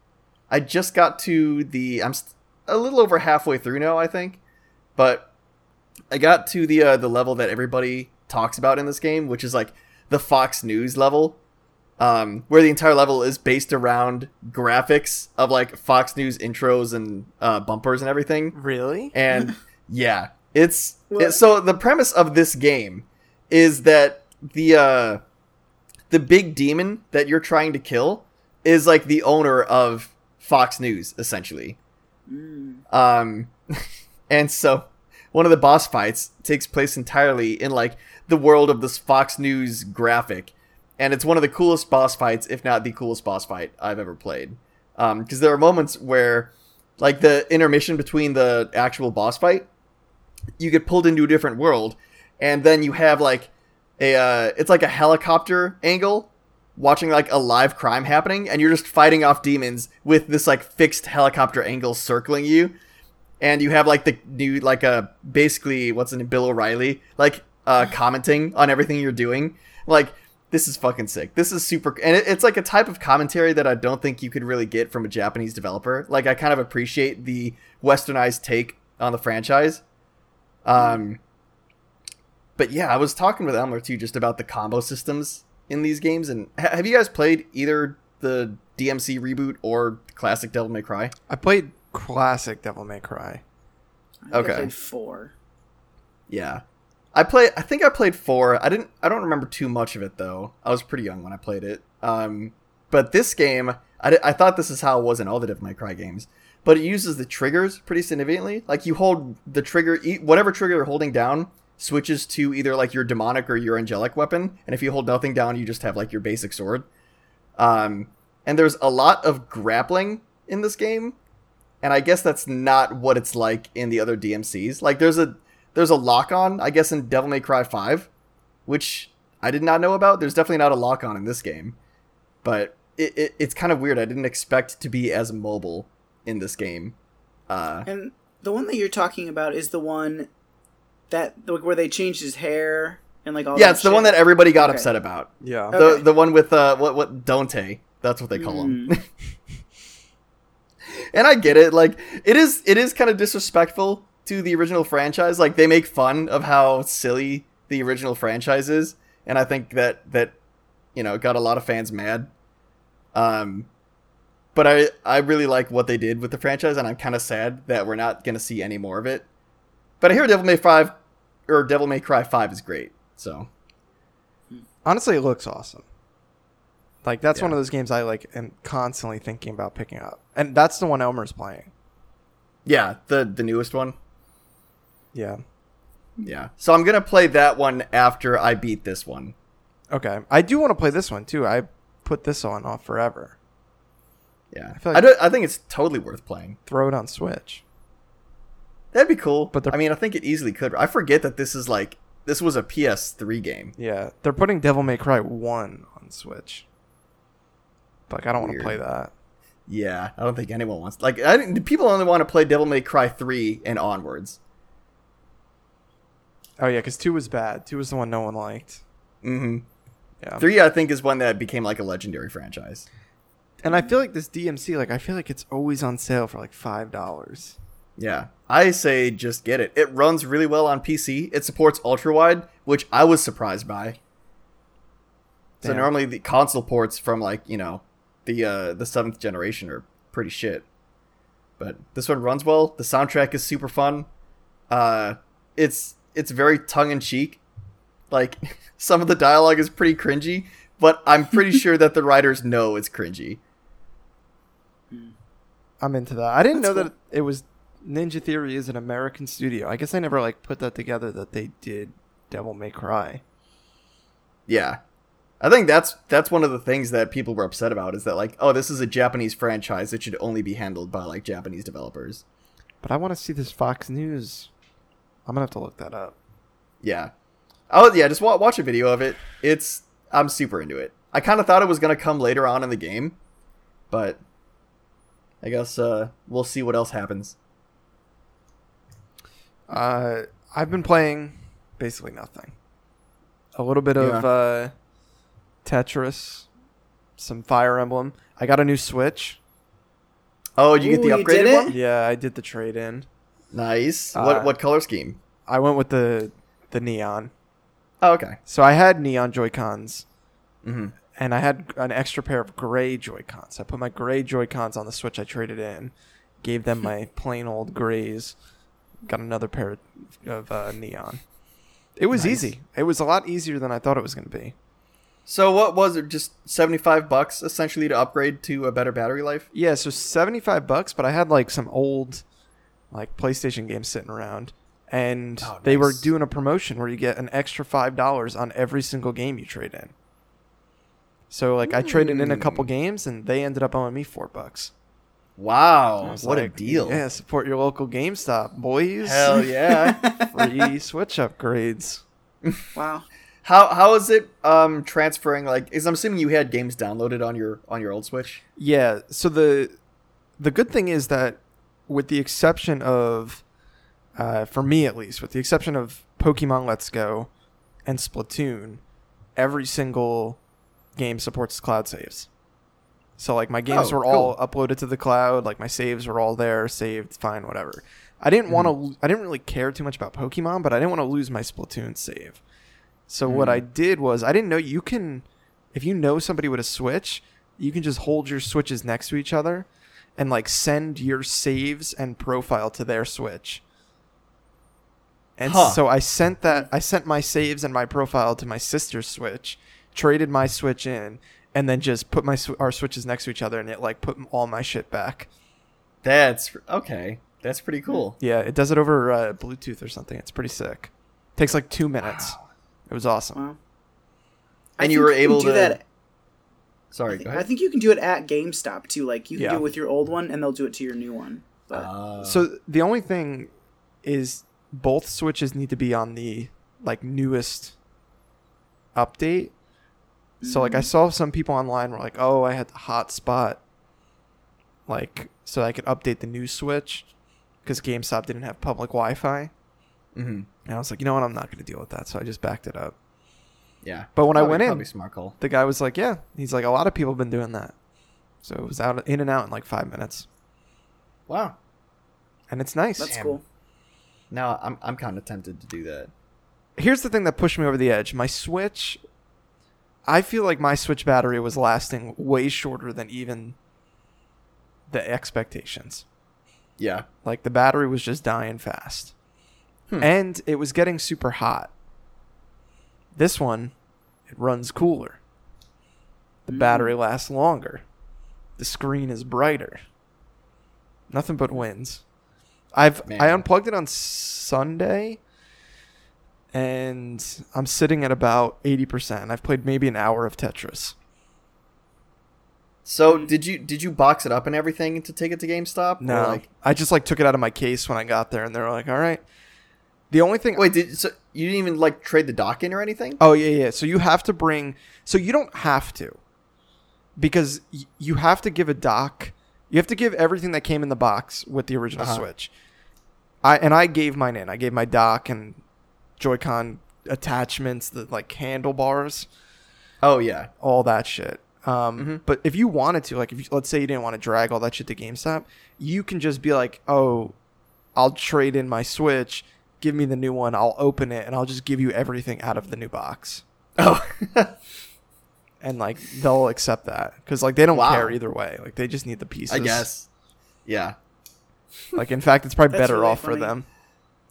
Speaker 2: I just got to the I'm st- a little over halfway through now, I think. But I got to the uh, the level that everybody talks about in this game, which is like the Fox News level, um, where the entire level is based around graphics of like Fox News intros and uh, bumpers and everything
Speaker 1: Really?
Speaker 2: and yeah it's
Speaker 3: Well-
Speaker 2: it- so the premise of this game is that the uh the big demon that you're trying to kill is like the owner of fox news essentially
Speaker 3: Mm.
Speaker 2: um and so one of the boss fights takes place entirely in like the world of this fox news graphic and it's one of the coolest boss fights if not the coolest boss fight i've ever played um because there are moments where like the intermission between the actual boss fight you get pulled into a different world and then you have like a uh, it's like a helicopter angle watching like a live crime happening and you're just fighting off demons with this like fixed helicopter angle circling you and you have like the new like uh, basically what's in bill o'reilly like uh commenting on everything you're doing like this is fucking sick this is super and it, it's like a type of commentary that i don't think you could really get from a japanese developer like i kind of appreciate the westernized take on the franchise um but yeah i was talking with elmer too just about the combo systems in these games and ha- have you guys played either the dmc reboot or classic devil may cry
Speaker 1: I played classic Devil May Cry.
Speaker 3: I think I
Speaker 2: Okay.
Speaker 3: played four.
Speaker 2: Yeah. I play I think I played 4. I didn't I don't remember too much of it though. I was pretty young when I played it. Um but this game I, di- I thought this is how it was in all the Devil May Cry games, but it uses the triggers pretty significantly. Like you hold the trigger e- whatever trigger you're holding down switches to either like your demonic or your angelic weapon, and if you hold nothing down you just have like your basic sword. Um and there's a lot of grappling in this game, and I guess that's not what it's like in the other DMCs. Like there's a there's a lock on, I guess, in Devil May Cry 5, which I did not know about. There's definitely not a lock on in this game, but it, it, it's kind of weird. I didn't expect to be as mobile in this game. Uh,
Speaker 3: And the one that you're talking about is the one that like, where they changed his hair and like all.
Speaker 2: yeah, it's the
Speaker 3: Oh, shit.
Speaker 2: one that everybody got
Speaker 3: Okay.
Speaker 2: upset about.
Speaker 1: Yeah.
Speaker 3: Okay.
Speaker 2: The the one with uh, what what Dante. That's what they call him.
Speaker 3: Mm.
Speaker 2: and I get it. Like it is, it is kind of disrespectful to the original franchise. Like they make fun of how silly the original franchise is, and I think that that you know got a lot of fans mad. Um, but I I really like what they did with the franchise, and I'm kind of sad that we're not gonna see any more of it. But I hear Devil May Five or Devil May Cry Five is great. So
Speaker 1: Honestly, it looks awesome. Like that's
Speaker 2: Yeah.
Speaker 1: one of those games I like am constantly thinking about picking up. And that's the one Elmer's playing.
Speaker 2: yeah, the the newest one.
Speaker 1: Yeah.
Speaker 2: Yeah. So I'm gonna play that one after I beat this one.
Speaker 1: Okay. I do want to play this one too. I put this on off forever.
Speaker 2: Yeah, I,
Speaker 1: feel like-
Speaker 2: don't- I think it's totally worth playing.
Speaker 1: Throw it on Switch.
Speaker 2: That'd be cool.
Speaker 1: But
Speaker 2: But
Speaker 1: they're-
Speaker 2: I mean, I think it easily could. I forget that this is like this was a PS3 game.
Speaker 1: Yeah. They're putting Devil May Cry 1 on Switch. Like I don't want to
Speaker 2: Weird.
Speaker 1: play that.
Speaker 2: Yeah, I don't think anyone wants like I didn't, people only want to play Devil May Cry three and onwards.
Speaker 1: Oh yeah, cuz 2 was bad. 2 was the one no one liked.
Speaker 2: Mm-hmm.
Speaker 1: Yeah.
Speaker 2: Three, I think, is one that became like a legendary franchise.
Speaker 1: And I feel like this DMC like I feel like it's always on sale for like $5.
Speaker 2: Yeah, I say just get it. It runs really well on PC. It supports ultra wide, which I was surprised by. So
Speaker 1: Damn.
Speaker 2: normally the console ports from like you know the uh, the seventh generation are pretty shit, but this one runs well. The soundtrack is super fun. Uh, it's it's very tongue in cheek. Like some of the dialogue is pretty cringy, but I'm pretty sure that the writers know it's cringy.
Speaker 1: I'm into that. I didn't
Speaker 3: That's
Speaker 1: know
Speaker 3: cool.
Speaker 1: that it was Ninja Theory is an American studio. I guess I never like put that together that they did Devil May Cry.
Speaker 2: Yeah. I think that's that's one of the things that people were upset about is that like, oh, this is a Japanese franchise. It should only be handled by like Japanese developers.
Speaker 1: But I want to see this Fox News. I'm gonna have to look that up.
Speaker 2: Yeah. Oh yeah, just wa- watch a video of it. It's I'm super into it. I kind of thought it was gonna come later on in the game, but I guess uh, we'll see what else happens.
Speaker 1: Uh, I've been playing basically nothing. A little bit of
Speaker 2: Yeah.
Speaker 1: uh, Tetris, some Fire Emblem. I got a new Switch.
Speaker 2: Oh, did you get the
Speaker 3: Ooh, you
Speaker 2: upgraded
Speaker 3: did it?
Speaker 2: one?
Speaker 1: Yeah, I did the trade in.
Speaker 2: Nice.
Speaker 1: Uh,
Speaker 2: what what color scheme?
Speaker 1: I went with the the neon.
Speaker 2: Oh, okay.
Speaker 1: So I had neon Joy Cons, Mm-hmm.
Speaker 2: hmm
Speaker 1: and I had an extra pair of gray Joy Cons. I put my gray Joy Cons on the Switch. I traded in, gave them my plain old grays. Got another pair of uh, neon. It was
Speaker 2: Nice.
Speaker 1: easy. It was a lot easier than I thought it was going to be.
Speaker 2: So what was it? Just seventy five bucks essentially to upgrade to a better battery life.
Speaker 1: Yeah, so seventy five bucks, but I had like some old like PlayStation games sitting around. And
Speaker 2: Oh,
Speaker 1: they were
Speaker 2: nice.
Speaker 1: doing a promotion where you get an extra five dollars on every single game you trade in. So like I traded in a couple
Speaker 2: Hmm.
Speaker 1: games and they ended up owing me four bucks. I
Speaker 2: Wow,
Speaker 1: was
Speaker 2: what a
Speaker 1: like,
Speaker 2: deal!
Speaker 1: Yeah, support your local GameStop, boys.
Speaker 2: Hell yeah!
Speaker 1: Free Switch upgrades.
Speaker 3: Wow.
Speaker 2: how how is it um transferring? Like, is I'm assuming you had games downloaded on your on your old Switch.
Speaker 1: Yeah. So the the good thing is that, with the exception of, uh, for me at least, with the exception of Pokemon Let's Go and Splatoon, every single game supports cloud saves. So like my games
Speaker 2: Oh,
Speaker 1: were all uploaded to the cloud. Like my saves were all there, saved, fine, whatever. I didn't want to. I didn't really care too much about Pokemon, but I didn't want to lose my Splatoon save. So what I did was I didn't know you can, if you know somebody with a Switch, you can just hold your Switches next to each other, and like send your saves and profile to their Switch. And
Speaker 2: Huh.
Speaker 1: so I sent that I sent my saves and my profile to my sister's Switch, traded my Switch in, and then just put my sw- our Switches next to each other, and it like put all my shit back.
Speaker 2: That's okay. That's pretty cool.
Speaker 1: Yeah, it does it over uh, Bluetooth or something. It's pretty sick. takes like two minutes. It was awesome.
Speaker 3: Wow. I
Speaker 2: And you
Speaker 3: think
Speaker 2: were
Speaker 3: can
Speaker 2: able
Speaker 3: do
Speaker 2: to.
Speaker 3: that.
Speaker 2: Sorry, go
Speaker 3: I
Speaker 2: ahead.
Speaker 3: think you can do it at GameStop too. Like you can
Speaker 1: Yeah.
Speaker 3: do it with your old one, and they'll do it to your new one. But
Speaker 2: Uh,
Speaker 1: So the only thing is both switches need to be on the like newest update. So like I saw some people online were like, "Oh, I had the hotspot like so I could update the new switch cuz GameStop didn't have public Wi-Fi."
Speaker 2: mhm.
Speaker 1: And I was like, "You know what? I'm not going to deal with that." So I just backed it up.
Speaker 2: yeah.
Speaker 1: But when I
Speaker 2: Probably-
Speaker 1: went in-
Speaker 2: probably smart call.
Speaker 1: The guy was like, "Yeah." He's like, "A lot of people have been doing that." So it was out in and out in like 5 minutes.
Speaker 2: Wow.
Speaker 1: And it's nice.
Speaker 3: that's
Speaker 2: Damn.
Speaker 3: cool.
Speaker 2: Now I'm I'm kind of tempted to do that.
Speaker 1: here's the thing that pushed me over the edge. My Switch, I feel like my Switch battery was lasting way shorter than even the expectations.
Speaker 2: Yeah.
Speaker 1: Like the battery was just dying fast,
Speaker 2: Hmm.
Speaker 1: and it was getting super hot. This one, it runs cooler. The
Speaker 2: Hmm.
Speaker 1: battery lasts longer. The screen is brighter. Nothing but wins. I've
Speaker 2: Man.
Speaker 1: I unplugged it on Sunday and I'm sitting at about 80%. I've played maybe an hour of Tetris.
Speaker 2: So did you did you box it up and everything to take it to GameStop? Or,
Speaker 1: No.
Speaker 2: Like,
Speaker 1: I just like took it out of my case when I got there and they were like, "All right." The only thing
Speaker 2: wait, did so you didn't even like trade the dock in or anything?
Speaker 1: Oh yeah, yeah. So you have to bring. So you don't have to, because y- you have to give a doc. You have to give everything that came in the box with the original
Speaker 2: Uh-huh.
Speaker 1: Switch. I and I gave mine in. I gave my dock and Joy-Con attachments, the like handlebars,
Speaker 2: Oh yeah.
Speaker 1: all that shit. Um, But if you wanted to, like, if you, let's say you didn't want to drag all that shit to GameStop, you can just be like, "Oh, I'll trade in my Switch. Give me the new one. I'll open it, and I'll just give you everything out of the new box."
Speaker 2: Oh.
Speaker 1: and like they'll accept that because like they don't
Speaker 2: Wow.
Speaker 1: care either way. Like they just need the pieces.
Speaker 2: I guess. Yeah.
Speaker 1: Like in fact, it's probably
Speaker 3: That's
Speaker 1: better
Speaker 3: really
Speaker 1: off
Speaker 3: funny.
Speaker 1: for them.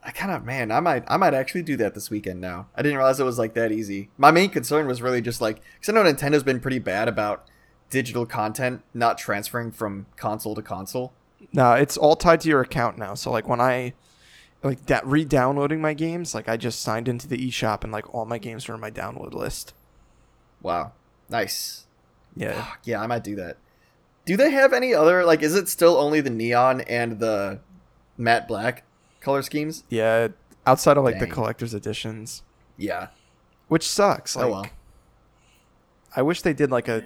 Speaker 2: I kind of man, I might I might actually do that this weekend now. I didn't realize it was like that easy. My main concern was really just like cuz I know Nintendo's been pretty bad about digital content not transferring from console to console.
Speaker 1: No, it's all tied to your account now. So like when I like that re-downloading my games, like I just signed into the eShop and like all my games were in my download list.
Speaker 2: Wow. Nice.
Speaker 1: Yeah,
Speaker 2: Fuck, yeah, I might do that. Do they have any other like is it still only the Neon and the matte black color schemes.
Speaker 1: Yeah, outside of like the
Speaker 2: Dang.
Speaker 1: collector's editions,
Speaker 2: Yeah.
Speaker 1: which sucks. Like,
Speaker 2: oh well.
Speaker 1: I wish they did like a.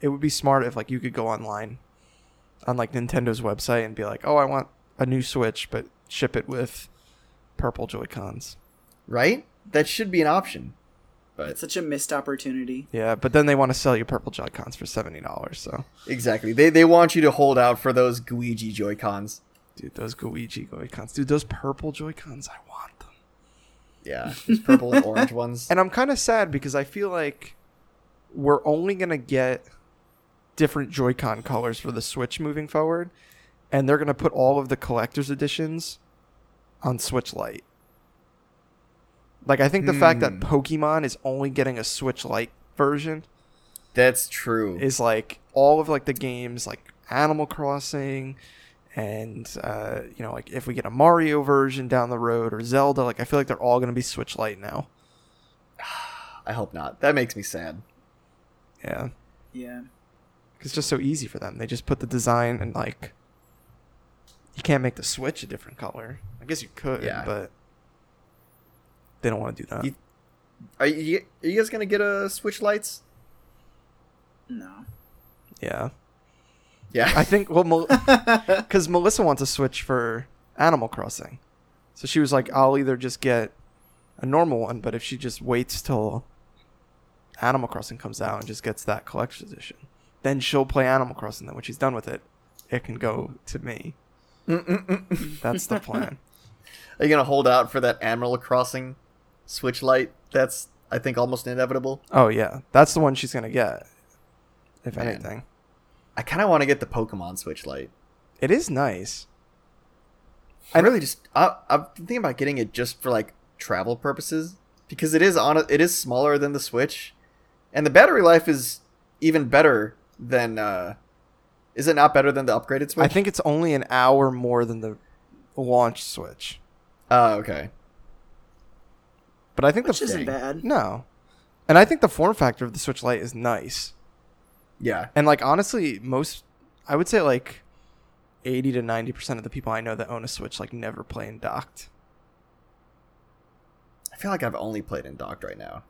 Speaker 1: It would be smart if like you could go online, on like Nintendo's website and be like, oh, I want a new Switch, but ship it with purple Joy Cons.
Speaker 2: Right? That should be an option.
Speaker 3: It's
Speaker 2: But
Speaker 3: such a missed opportunity.
Speaker 1: Yeah, but then they want to sell you purple Joy Cons for seventy dollars. So,
Speaker 2: exactly. They they want you to hold out for those Guiji Joy Cons.
Speaker 1: dude, those Goichi Joy Cons, dude, those purple Joy Cons, I want them.
Speaker 2: Yeah. Those purple and orange ones.
Speaker 1: And I'm kind of sad because I feel like we're only going to get different Joy-Con colors for the Switch moving forward, and they're going to put all of the collector's editions on Switch Lite. Like I think the fact that
Speaker 2: Hmm.
Speaker 1: Pokemon is only getting a Switch Lite version
Speaker 2: That's true.
Speaker 1: is like all of like the games like Animal Crossing and uh, you know like if we get a Mario version down the road or Zelda like I feel like they're all going to be Switch Lite now.
Speaker 2: I hope not. That makes me sad.
Speaker 1: Yeah.
Speaker 3: Yeah.
Speaker 1: it's just so easy for them. They just put the design and like you can't make the switch a different color. I guess you could,
Speaker 2: Yeah.
Speaker 1: but they don't want to do that.
Speaker 2: You- Are you are you guys gonna get a Switch lights?
Speaker 3: No.
Speaker 1: yeah,
Speaker 2: Yeah.
Speaker 1: I think well, because Melissa wants a switch for Animal Crossing, so she was like, "I'll either just get a normal one, but if she just waits till Animal Crossing comes out and just gets that collector's edition, then she'll play Animal Crossing. Then when she's done with it, it can go to me.
Speaker 2: Mm-mm-mm.
Speaker 1: That's the plan."
Speaker 2: Are you gonna hold out for that Animal Crossing Switch light? That's I think almost inevitable.
Speaker 1: Oh yeah, that's the one she's gonna get. If
Speaker 2: Man.
Speaker 1: anything,
Speaker 2: I kind of want to get the Pokemon Switch light.
Speaker 1: it is nice.
Speaker 2: I really just I, I'm thinking about getting it just for like travel purposes because it is on a, it is smaller than the Switch, and the battery life is even better than uh, is it not better than the upgraded Switch?
Speaker 1: I think it's only an hour more than the launch Switch,
Speaker 2: Oh, okay.
Speaker 1: but I think
Speaker 3: Which
Speaker 1: the
Speaker 3: isn't
Speaker 2: thing.
Speaker 3: bad.
Speaker 1: no, and I think the form factor of the Switch Lite is nice.
Speaker 2: Yeah.
Speaker 1: And like honestly, most I would say like eighty to ninety percent of the people I know that own a Switch like never play in docked.
Speaker 2: I feel like I've only played in docked right now.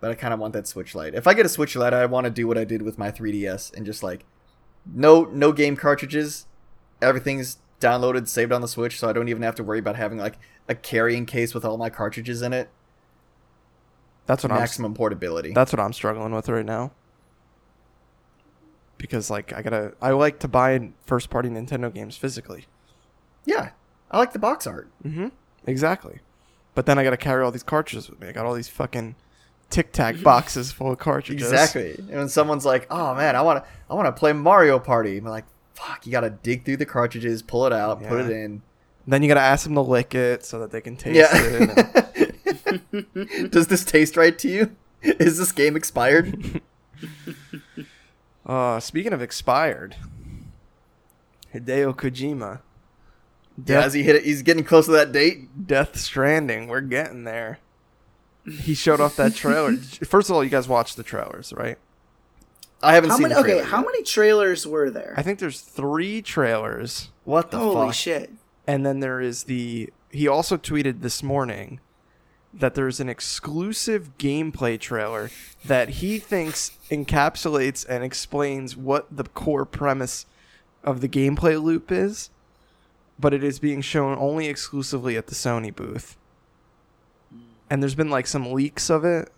Speaker 2: But I kind of want that Switch Lite. If I get a Switch Lite, I want to do what I did with my 3DS and just like no no game cartridges. Everything's downloaded, saved on the Switch, so I don't even have to worry about having like a carrying case with all my cartridges in it.
Speaker 1: That's what I'm
Speaker 2: Maximum portability.
Speaker 1: That's what I'm struggling with right now. Because like I gotta, I like to buy first party Nintendo games physically.
Speaker 2: yeah. I like the box art.
Speaker 1: Mm-hmm. Exactly. But then I got to carry all these cartridges with me. I got all these fucking Tic Tac boxes full of cartridges.
Speaker 2: Exactly. And when someone's like, "Oh man, I want to I want to play Mario Party." I'm like, "Fuck, you got to dig through the cartridges, pull it out, put
Speaker 1: Yeah.
Speaker 2: it in."
Speaker 1: Then you got to ask them to lick it so that they can taste it. and-
Speaker 2: yeah. Does this taste right to you? Is this game expired?
Speaker 1: Uh, speaking of expired, Hideo Kojima, Death,
Speaker 2: Yeah, as he hit it, he's getting close to that date.
Speaker 1: Death Stranding. We're getting there. He showed off that trailer. First of all, you guys watched the trailers, right?
Speaker 2: I haven't
Speaker 3: How
Speaker 2: seen
Speaker 3: many?
Speaker 2: the trailer
Speaker 3: Okay, how
Speaker 2: yet.
Speaker 3: many trailers were there?
Speaker 1: I think there's three trailers.
Speaker 2: What the
Speaker 3: Holy
Speaker 2: fuck?
Speaker 3: shit!
Speaker 1: And then there is the. He also tweeted this morning that there's an exclusive gameplay trailer that he thinks encapsulates and explains what the core premise of the gameplay loop is, but it is being shown only exclusively at the Sony booth. And there's been like some leaks of it,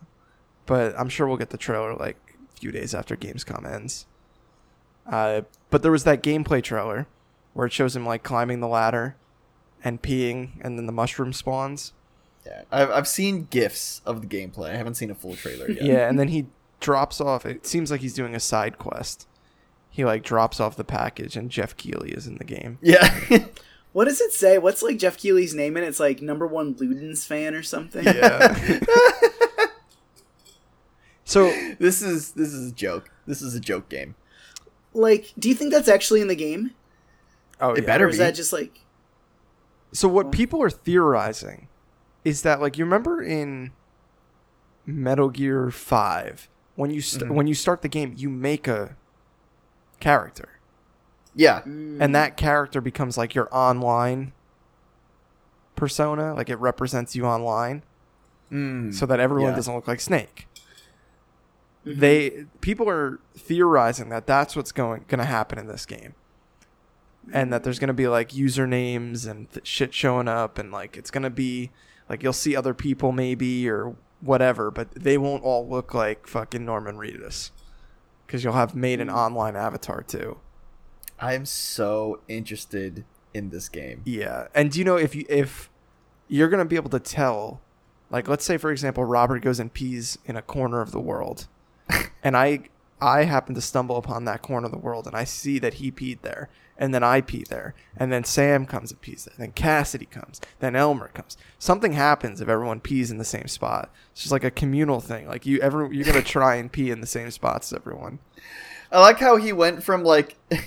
Speaker 1: but I'm sure we'll get the trailer like a few days after Gamescom ends. Uh, but there was that gameplay trailer where it shows him like climbing the ladder and peeing and then the mushroom spawns.
Speaker 2: Yeah, I've, I've seen gifs of the gameplay. I haven't seen a full trailer yet.
Speaker 1: Yeah. and then he drops off. It seems like he's doing a side quest. He like drops off the package, and Jeff Keeley is in the game.
Speaker 2: Yeah.
Speaker 3: What does it say? What's like Jeff Keeley's name? And it's like number one Ludens fan or something.
Speaker 1: Yeah. so
Speaker 2: this is this is a joke. This is a joke game.
Speaker 3: Like, do you think that's actually in the game,
Speaker 1: oh
Speaker 2: It
Speaker 1: yeah.
Speaker 2: better
Speaker 3: or
Speaker 2: be.
Speaker 3: is that just like?
Speaker 1: So what people are theorizing is that like you remember in Metal Gear Five when you st-
Speaker 2: Mhm.
Speaker 1: when you start the game you make a character
Speaker 2: Yeah.
Speaker 3: Mm.
Speaker 1: and that character becomes like your online persona like it represents you online
Speaker 2: Mm.
Speaker 1: so that everyone
Speaker 2: Yeah.
Speaker 1: doesn't look like snake they people are theorizing that that's what's going going to happen in this game and that there's going to be like usernames and th- shit showing up and like it's going to be like you'll see other people maybe or whatever but they won't all look like fucking norman reedus because you'll have made an online avatar too
Speaker 2: I'm so interested in this game.
Speaker 1: Yeah, and do you know if you if you're gonna be able to tell, like let's say for example Robert goes and pees in a corner of the world, and I I happen to stumble upon that corner of the world and I see that he peed there, and then I pee there, and then Sam comes and pees there, then Cassidy comes, then Elmer comes. Something happens if everyone pees in the same spot. It's just like a communal thing. Like you ever you're gonna try and pee in the same spots as everyone.
Speaker 2: I like how he went from like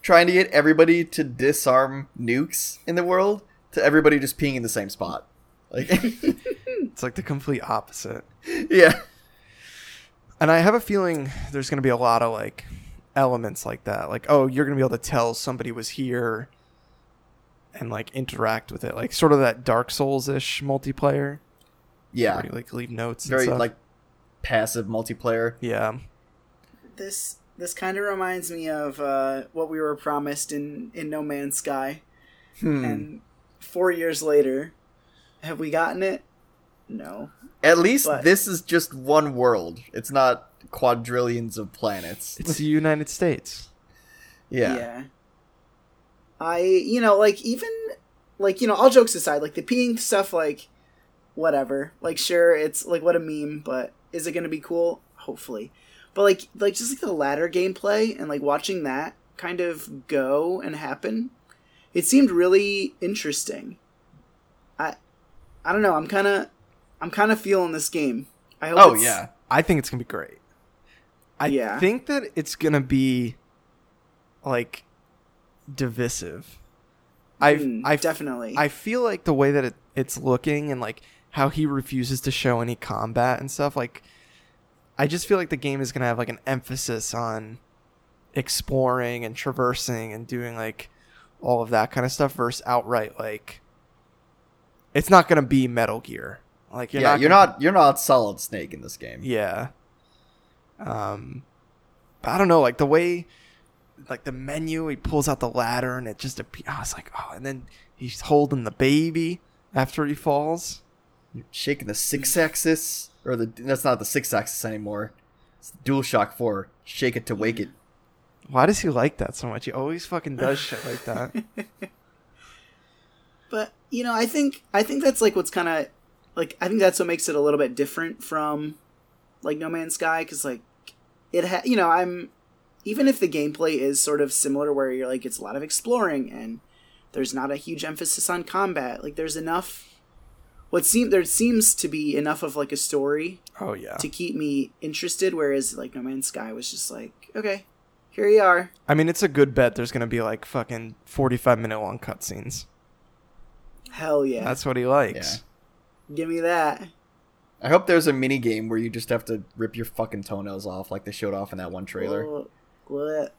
Speaker 2: trying to get everybody to disarm nukes in the world to everybody just peeing in the same spot. Like,
Speaker 1: It's like the complete opposite.
Speaker 2: yeah.
Speaker 1: And I have a feeling there's going to be a lot of like elements like that. Like, oh, you're going to be able to tell somebody was here and like interact with it. Like, sort of that Dark Souls ish multiplayer.
Speaker 2: Yeah.
Speaker 1: Where you like leave notes and
Speaker 2: Very
Speaker 1: stuff.
Speaker 2: like passive multiplayer.
Speaker 1: yeah.
Speaker 3: This this kind of reminds me of uh, what we were promised in in No Man's Sky,
Speaker 2: Hmm.
Speaker 3: and four years later, have we gotten it? No.
Speaker 2: At least
Speaker 3: But-
Speaker 2: this is just one world. It's not quadrillions of planets.
Speaker 1: It's the United States.
Speaker 2: Yeah.
Speaker 3: I, you know, like even like you know, all jokes aside, like the peeing stuff, like whatever. Like sure, it's like what a meme, but is it gonna be cool? Hopefully. But like like just like the latter gameplay and like watching that kind of go and happen, it seemed really interesting. I I don't know, I'm kinda I'm kinda feeling this game. I hope
Speaker 2: Oh
Speaker 3: it's-
Speaker 2: yeah.
Speaker 1: I think it's going to be great. I
Speaker 3: Yeah.
Speaker 1: think that it's going to be like divisive. I've,
Speaker 2: Hmm.
Speaker 3: Mm,
Speaker 1: I've
Speaker 3: definitely
Speaker 1: I feel like the way that it, it's looking and like how he refuses to show any combat and stuff, like I just feel like the game is gonna have like an emphasis on exploring and traversing and doing like all of that kind of stuff versus outright like it's not gonna be Metal Gear. Like you're
Speaker 2: yeah,
Speaker 1: not
Speaker 2: you're
Speaker 1: gonna-
Speaker 2: not you're not solid snake in this game.
Speaker 1: yeah. Um, but I don't know, like the way, like the menu, he pulls out the ladder and it just appears. I was like, oh, and then he's holding the baby after he falls.
Speaker 2: Shaking the six
Speaker 3: Mm.
Speaker 2: axis or the that's not the six axis anymore. It's the DualShock 4. Shake it to
Speaker 3: Mm.
Speaker 2: wake it.
Speaker 1: Why does he like that so much? He always fucking does shit like that.
Speaker 3: but you know i think i think that's like what's kind of like i think that's what makes it a little bit different from like no man's sky because like it ha- you know i'm even if the gameplay is sort of similar where you're like it's a lot of exploring and there's not a huge emphasis on combat like there's enough what seem there seems to be enough of like a story
Speaker 1: Oh yeah.
Speaker 3: to keep me interested whereas like no man's sky was just like okay here you are
Speaker 1: I mean, it's a good bet. There's gonna be like fucking forty-five minute long cutscenes.
Speaker 3: hell yeah
Speaker 1: That's what he likes.
Speaker 3: give me that
Speaker 2: I hope there's a mini game where you just have to rip your fucking toenails off like they showed off in that one trailer.
Speaker 1: Oh,
Speaker 3: Well, what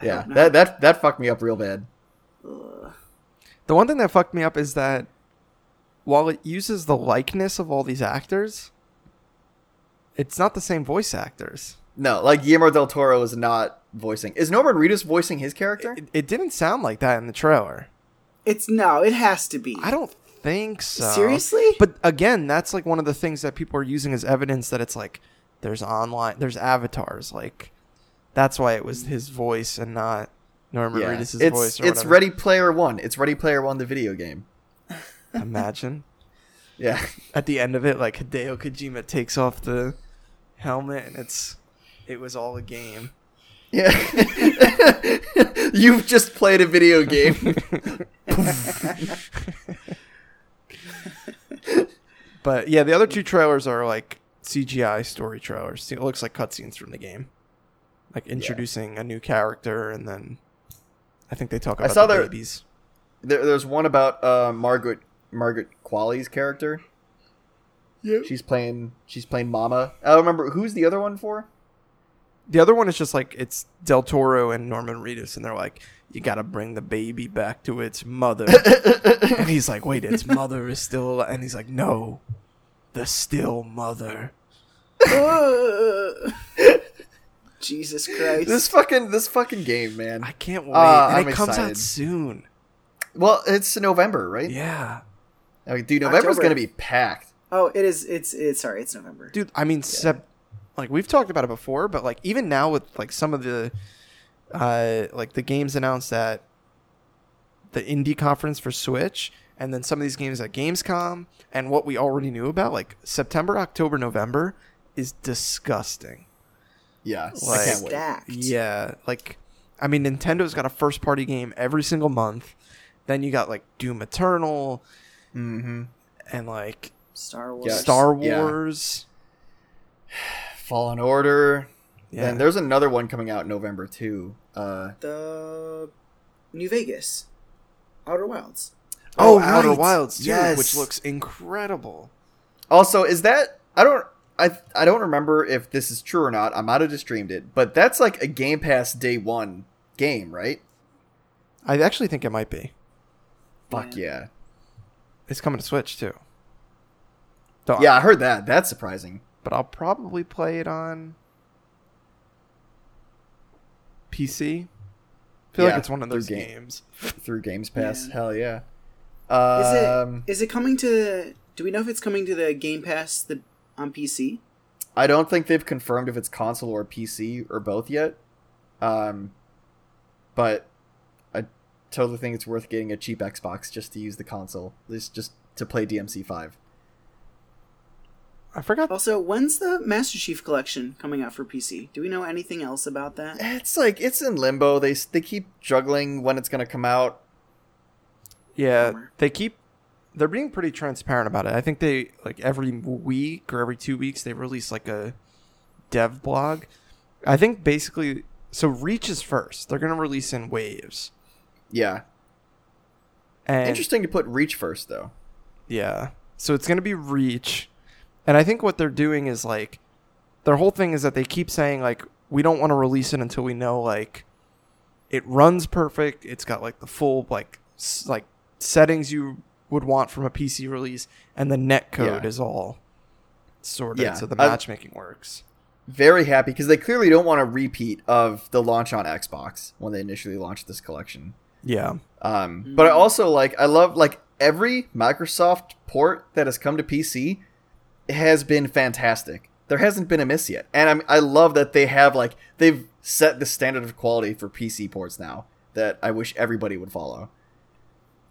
Speaker 3: I
Speaker 2: yeah.
Speaker 3: don't know.
Speaker 2: That that that fucked me up real bad.
Speaker 3: Ugh.
Speaker 1: The one thing that fucked me up is that while it uses the likeness of all these actors, it's not the same voice actors.
Speaker 2: No, like Guillermo del Toro is not voicing. Is Norman Reedus voicing his character?
Speaker 1: It, it didn't sound like that in the trailer.
Speaker 3: It's no, it has to be.
Speaker 1: I don't think so.
Speaker 3: Seriously?
Speaker 1: But again, that's like one of the things that people are using as evidence that it's like there's online, there's avatars. Like that's why it was his voice and not Norman
Speaker 2: Yeah.
Speaker 1: Reedus'
Speaker 2: it's
Speaker 1: voice. Or
Speaker 2: it's
Speaker 1: whatever.
Speaker 2: Ready Player One. It's Ready Player One, the video game.
Speaker 1: Imagine
Speaker 2: Yeah,
Speaker 1: at the end of it, like Hideo Kojima takes off the helmet and it's it was all a game.
Speaker 2: yeah. You've just played a video game.
Speaker 1: But yeah, the other two trailers are like CGI story trailers. See, It looks like cutscenes from the game, like introducing a new character, and then I think they talk
Speaker 2: I
Speaker 1: about
Speaker 2: saw
Speaker 1: the
Speaker 2: there-
Speaker 1: babies.
Speaker 2: there, there's one about uh, Margaret Margaret Qualley's character.
Speaker 1: Yep.
Speaker 2: She's playing she's playing Mama. I don't remember who's the other one for.
Speaker 1: The other one is just like it's Del Toro and Norman Reedus, and they're like, "You got to bring the baby back to its mother." and he's like, "Wait, its mother is still," alive." and he's like, "No, the still mother."
Speaker 3: Ugh. Jesus Christ.
Speaker 2: This fucking this fucking game, man.
Speaker 1: I can't wait,
Speaker 2: Ah,
Speaker 1: and
Speaker 2: I'm
Speaker 1: it comes out
Speaker 2: excited.
Speaker 1: soon.
Speaker 2: Well, it's November, right?
Speaker 1: Yeah,
Speaker 2: Like, dude, November's
Speaker 3: October.
Speaker 2: gonna be packed.
Speaker 3: oh, it is. It's. It's sorry. It's November.
Speaker 1: dude. I mean, sep- like we've talked about it before, but like even now with like some of the, uh, like the games announced at the indie conference for Switch, and then some of these games at Gamescom, and what we already knew about, like September, October, November, is disgusting.
Speaker 2: Yeah, I
Speaker 1: Like-
Speaker 2: can't wait.
Speaker 3: Stacked.
Speaker 1: Yeah, like I mean, Nintendo's got a first party game every single month. Then you got like Doom Eternal
Speaker 2: Mm-hmm.
Speaker 1: and like
Speaker 3: Star Wars.
Speaker 2: Yes.
Speaker 1: Star
Speaker 2: yeah.
Speaker 1: Wars.
Speaker 2: Fallen Order.
Speaker 1: Yeah.
Speaker 2: Then there's another one coming out in November too. Uh,
Speaker 3: The New Vegas. Outer Wilds.
Speaker 1: Oh,
Speaker 2: Oh,
Speaker 1: Outer
Speaker 2: right.
Speaker 1: Wilds too,
Speaker 2: Yes.
Speaker 1: which looks incredible.
Speaker 2: also, is that I don't I I don't remember if this is true or not. I might have just dreamed it, but that's like a Game Pass day one game, right?
Speaker 1: I actually think it might be.
Speaker 2: Fuck yeah,
Speaker 1: It's coming to Switch too. So,
Speaker 2: yeah. I heard that. That's surprising.
Speaker 1: but I'll probably play it on PC. I feel
Speaker 2: Yeah,
Speaker 1: like it's one of those
Speaker 2: through game-
Speaker 1: games.
Speaker 2: Through Games Pass,
Speaker 3: Yeah.
Speaker 2: hell yeah.
Speaker 3: Is
Speaker 2: Um,
Speaker 3: it? Is it coming to? Do we know if it's coming to the Game Pass the on PC?
Speaker 2: I don't think they've confirmed if it's console or PC or both yet. Um, but I totally think it's worth getting a cheap Xbox just to use the console, at least just to play DMC five.
Speaker 1: I forgot.
Speaker 3: Also, when's the Master Chief Collection coming out for PC? Do we know anything else about that?
Speaker 2: It's like it's in limbo. They they keep juggling when it's gonna come out.
Speaker 1: Yeah,
Speaker 3: Bummer.
Speaker 1: they keep they're being pretty transparent about it. I think they like every week or every two weeks they release like a dev blog. I think basically so Reach is first. They're gonna release in waves.
Speaker 2: Yeah,
Speaker 1: And
Speaker 2: interesting to put Reach first though.
Speaker 1: Yeah. So it's going to be Reach. And I think what they're doing is like their whole thing is that they keep saying like we don't want to release it until we know like it runs perfect, it's got like the full like s- like settings you would want from a PC release and the net code
Speaker 2: Yeah.
Speaker 1: is all sorted
Speaker 2: Yeah.
Speaker 1: so the
Speaker 2: I-
Speaker 1: matchmaking works.
Speaker 2: Very happy because they clearly don't want a repeat of the launch on Xbox when they initially launched this collection.
Speaker 1: Yeah.
Speaker 2: Um, But I also like I love like every Microsoft port that has come to PC has been fantastic. There hasn't been a miss yet, and I'm, I love that they have like they've set the standard of quality for PC ports now that I wish everybody would follow.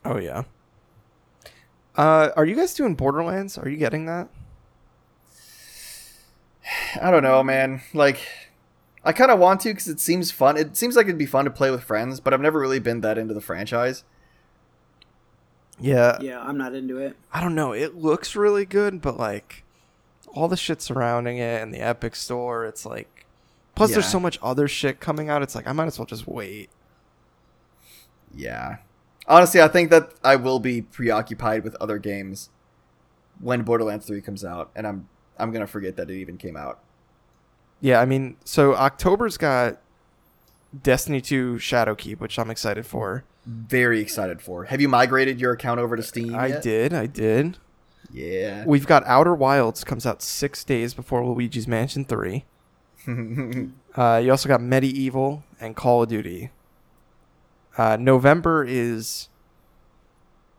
Speaker 1: Oh yeah. Uh, are you guys doing Borderlands? Are you getting that?
Speaker 2: I don't know, man. Like I kind of want to because it seems fun. It seems like it'd be fun to play with friends, but I've never really been that into the franchise.
Speaker 1: Yeah.
Speaker 3: Yeah, I'm not into it.
Speaker 1: I don't know. It looks really good, but like all the shit surrounding it and the Epic Store, it's like. Plus, there's
Speaker 2: Yeah.
Speaker 1: so much other shit coming out. It's like I might as well just wait.
Speaker 2: Yeah. Honestly, I think that I will be preoccupied with other games when Borderlands 3 comes out, and I'm I'm gonna forget that it even came out.
Speaker 1: Yeah, I mean, so October's got Destiny 2 Shadowkeep, which I'm excited for.
Speaker 2: Very excited for. Have you migrated your account over to Steam?
Speaker 1: I
Speaker 2: yet?
Speaker 1: did, I did.
Speaker 2: Yeah.
Speaker 1: We've got Outer Wilds comes out six days before Luigi's Mansion 3. Uh, you also got Medieval and Call of Duty. Uh, November is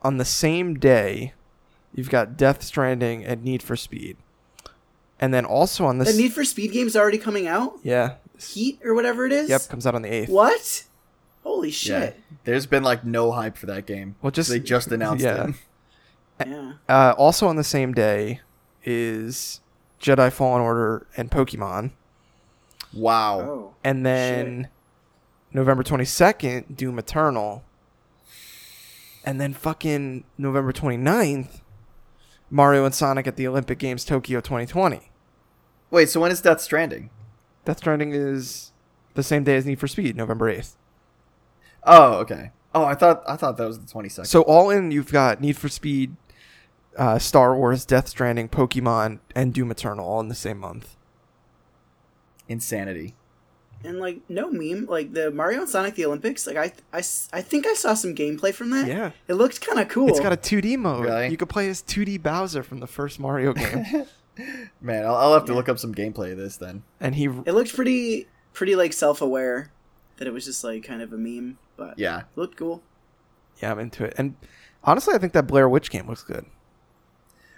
Speaker 1: on the same day. You've got Death Stranding and Need for Speed, and then also on
Speaker 3: The
Speaker 1: this,
Speaker 3: Need for Speed game's already coming out.
Speaker 1: yeah,
Speaker 3: Heat or whatever it is.
Speaker 1: yep, comes out on the eighth.
Speaker 3: What? Holy
Speaker 2: yeah.
Speaker 3: shit!
Speaker 2: There's been like no hype for that game.
Speaker 1: Well, just-
Speaker 2: they just announced
Speaker 1: yeah.
Speaker 2: it.
Speaker 3: Yeah.
Speaker 1: Uh, also on the same day is Jedi Fallen Order and Pokemon,
Speaker 2: Wow.
Speaker 3: Oh.
Speaker 1: and then November twenty second, Doom Eternal, and then fucking November 29th, Mario and Sonic at the Olympic Games Tokyo twenty twenty.
Speaker 2: Wait, so when is Death Stranding?
Speaker 1: Death Stranding is the same day as Need for Speed, November 8th.
Speaker 2: Oh, okay. Oh, I thought I thought that was the 22nd.
Speaker 1: So all in, you've got Need for Speed, uh, Star Wars, Death Stranding, Pokemon, and Doom Eternal all in the same month.
Speaker 2: Insanity.
Speaker 3: and like no meme like the mario and sonic the olympics like i i, s- I think i saw some gameplay from that
Speaker 1: Yeah.
Speaker 3: it looked kind of cool
Speaker 1: It's got a 2D mode.
Speaker 2: Really?
Speaker 1: You could play as 2D Bowser from the first Mario game,
Speaker 2: Man, I'll, I'll have to look up some gameplay of this then.
Speaker 1: and he
Speaker 3: it looked pretty pretty like self-aware that it was just like kind of a meme but
Speaker 2: Yeah.
Speaker 3: it looked cool
Speaker 1: yeah, I'm into it. And honestly, I think that Blair Witch game looks good.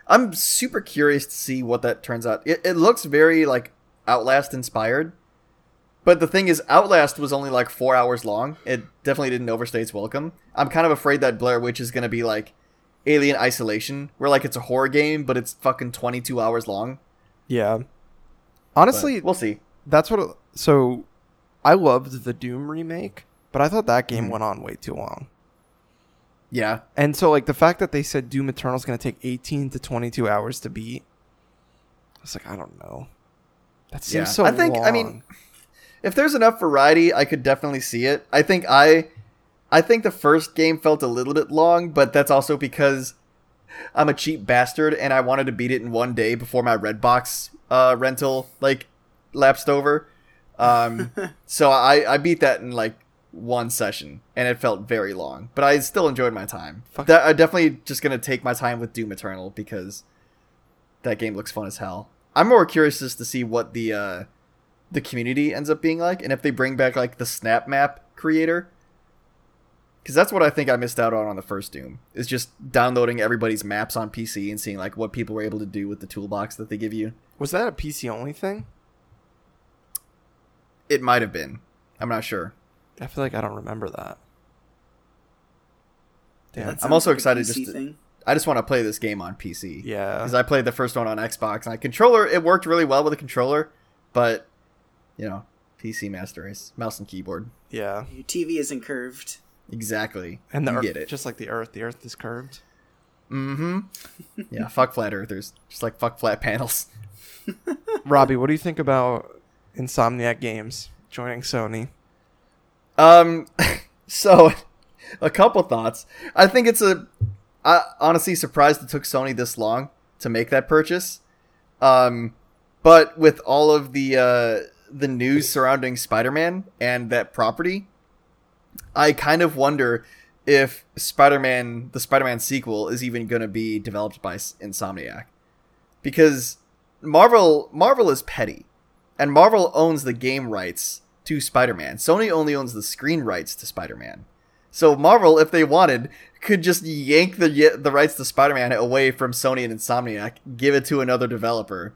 Speaker 2: I'm super curious to see what that turns out. It, it looks very like Outlast inspired, but the thing is, Outlast was only like four hours long. It definitely didn't overstay its welcome. I'm kind of afraid that Blair Witch is gonna be like Alien Isolation, where like it's a horror game, but it's fucking 22 hours long.
Speaker 1: Yeah.
Speaker 2: But
Speaker 1: Honestly,
Speaker 2: we'll see.
Speaker 1: that's what. So, I loved the Doom remake, but I thought that
Speaker 2: Mm.
Speaker 1: game went on way too long.
Speaker 2: Yeah,
Speaker 1: And so, like the fact that they said Doom Eternal is going to take 18 to 22 hours to beat, I was like, I don't know. That seems
Speaker 2: Yeah.
Speaker 1: so.
Speaker 2: I think- I mean,
Speaker 1: long.
Speaker 2: if there's enough variety, I could definitely see it. I think I I think the first game felt a little bit long, but that's also because I'm a cheap bastard and I wanted to beat it in one day before my Redbox uh, rental like lapsed over. Um, so I, I beat that in like one session and it felt very long, but I still enjoyed my time.
Speaker 1: Fuck.
Speaker 2: That, I'm definitely just gonna take my time with Doom Eternal because that game looks fun as hell. I'm more curious just to see what the uh, the community ends up being like, and if they bring back like the snap map creator, because that's what I think I missed out on on the first Doom is just downloading everybody's maps on PC and seeing like what people were able to do with the toolbox that they give you.
Speaker 1: was that a PC only thing?
Speaker 2: It might have been, I'm not sure.
Speaker 1: I feel like I don't remember that. Damn.
Speaker 3: That
Speaker 2: I'm also
Speaker 3: sounds like a
Speaker 2: excited
Speaker 3: PC
Speaker 2: just to-
Speaker 3: thing.
Speaker 2: I just want to play this game on PC.
Speaker 1: Yeah.
Speaker 2: because I played the first one on Xbox and I controller. It worked really well with the controller, but you know, PC Master Race, mouse and keyboard.
Speaker 1: Yeah.
Speaker 3: your tv isn't curved
Speaker 2: Exactly,
Speaker 1: And the
Speaker 2: you
Speaker 1: earth,
Speaker 2: get it.
Speaker 1: just like the Earth, the Earth is curved.
Speaker 2: Mm-hmm. yeah, fuck flat earthers. Just like fuck flat panels.
Speaker 1: Robbie, what do you think about Insomniac Games joining Sony?
Speaker 2: Um, so a couple thoughts. I think it's a. I honestly surprised it took Sony this long to make that purchase. Um, but with all of the uh, the news surrounding Spider-Man and that property, I kind of wonder if Spider-Man, the Spider-Man sequel, is even going to be developed by S- Insomniac, because Marvel Marvel is petty, and Marvel owns the game rights to Spider-Man. Sony only owns the screen rights to Spider-Man. So Marvel, if they wanted, could just yank the the rights to Spider-Man away from Sony and Insomniac, give it to another developer,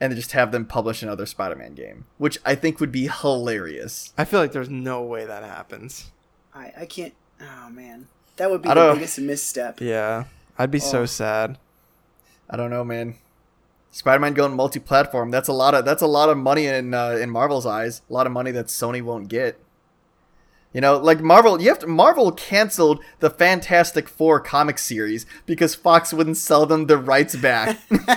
Speaker 2: and just have them publish another Spider-Man game, which I think would be hilarious.
Speaker 1: I feel like there's no way that happens.
Speaker 3: I, I can't. Oh man, that would be
Speaker 2: I
Speaker 3: the
Speaker 2: don't-
Speaker 3: biggest misstep.
Speaker 1: Yeah. I'd be
Speaker 3: Oh.
Speaker 1: so sad.
Speaker 2: I don't know, man. Spider-Man going multi-platform. That's a lot of that's a lot of money in uh, in Marvel's eyes. A lot of money that Sony won't get. You know, like Marvel, you have to, Marvel canceled the Fantastic Four comic series because Fox wouldn't sell them the rights back.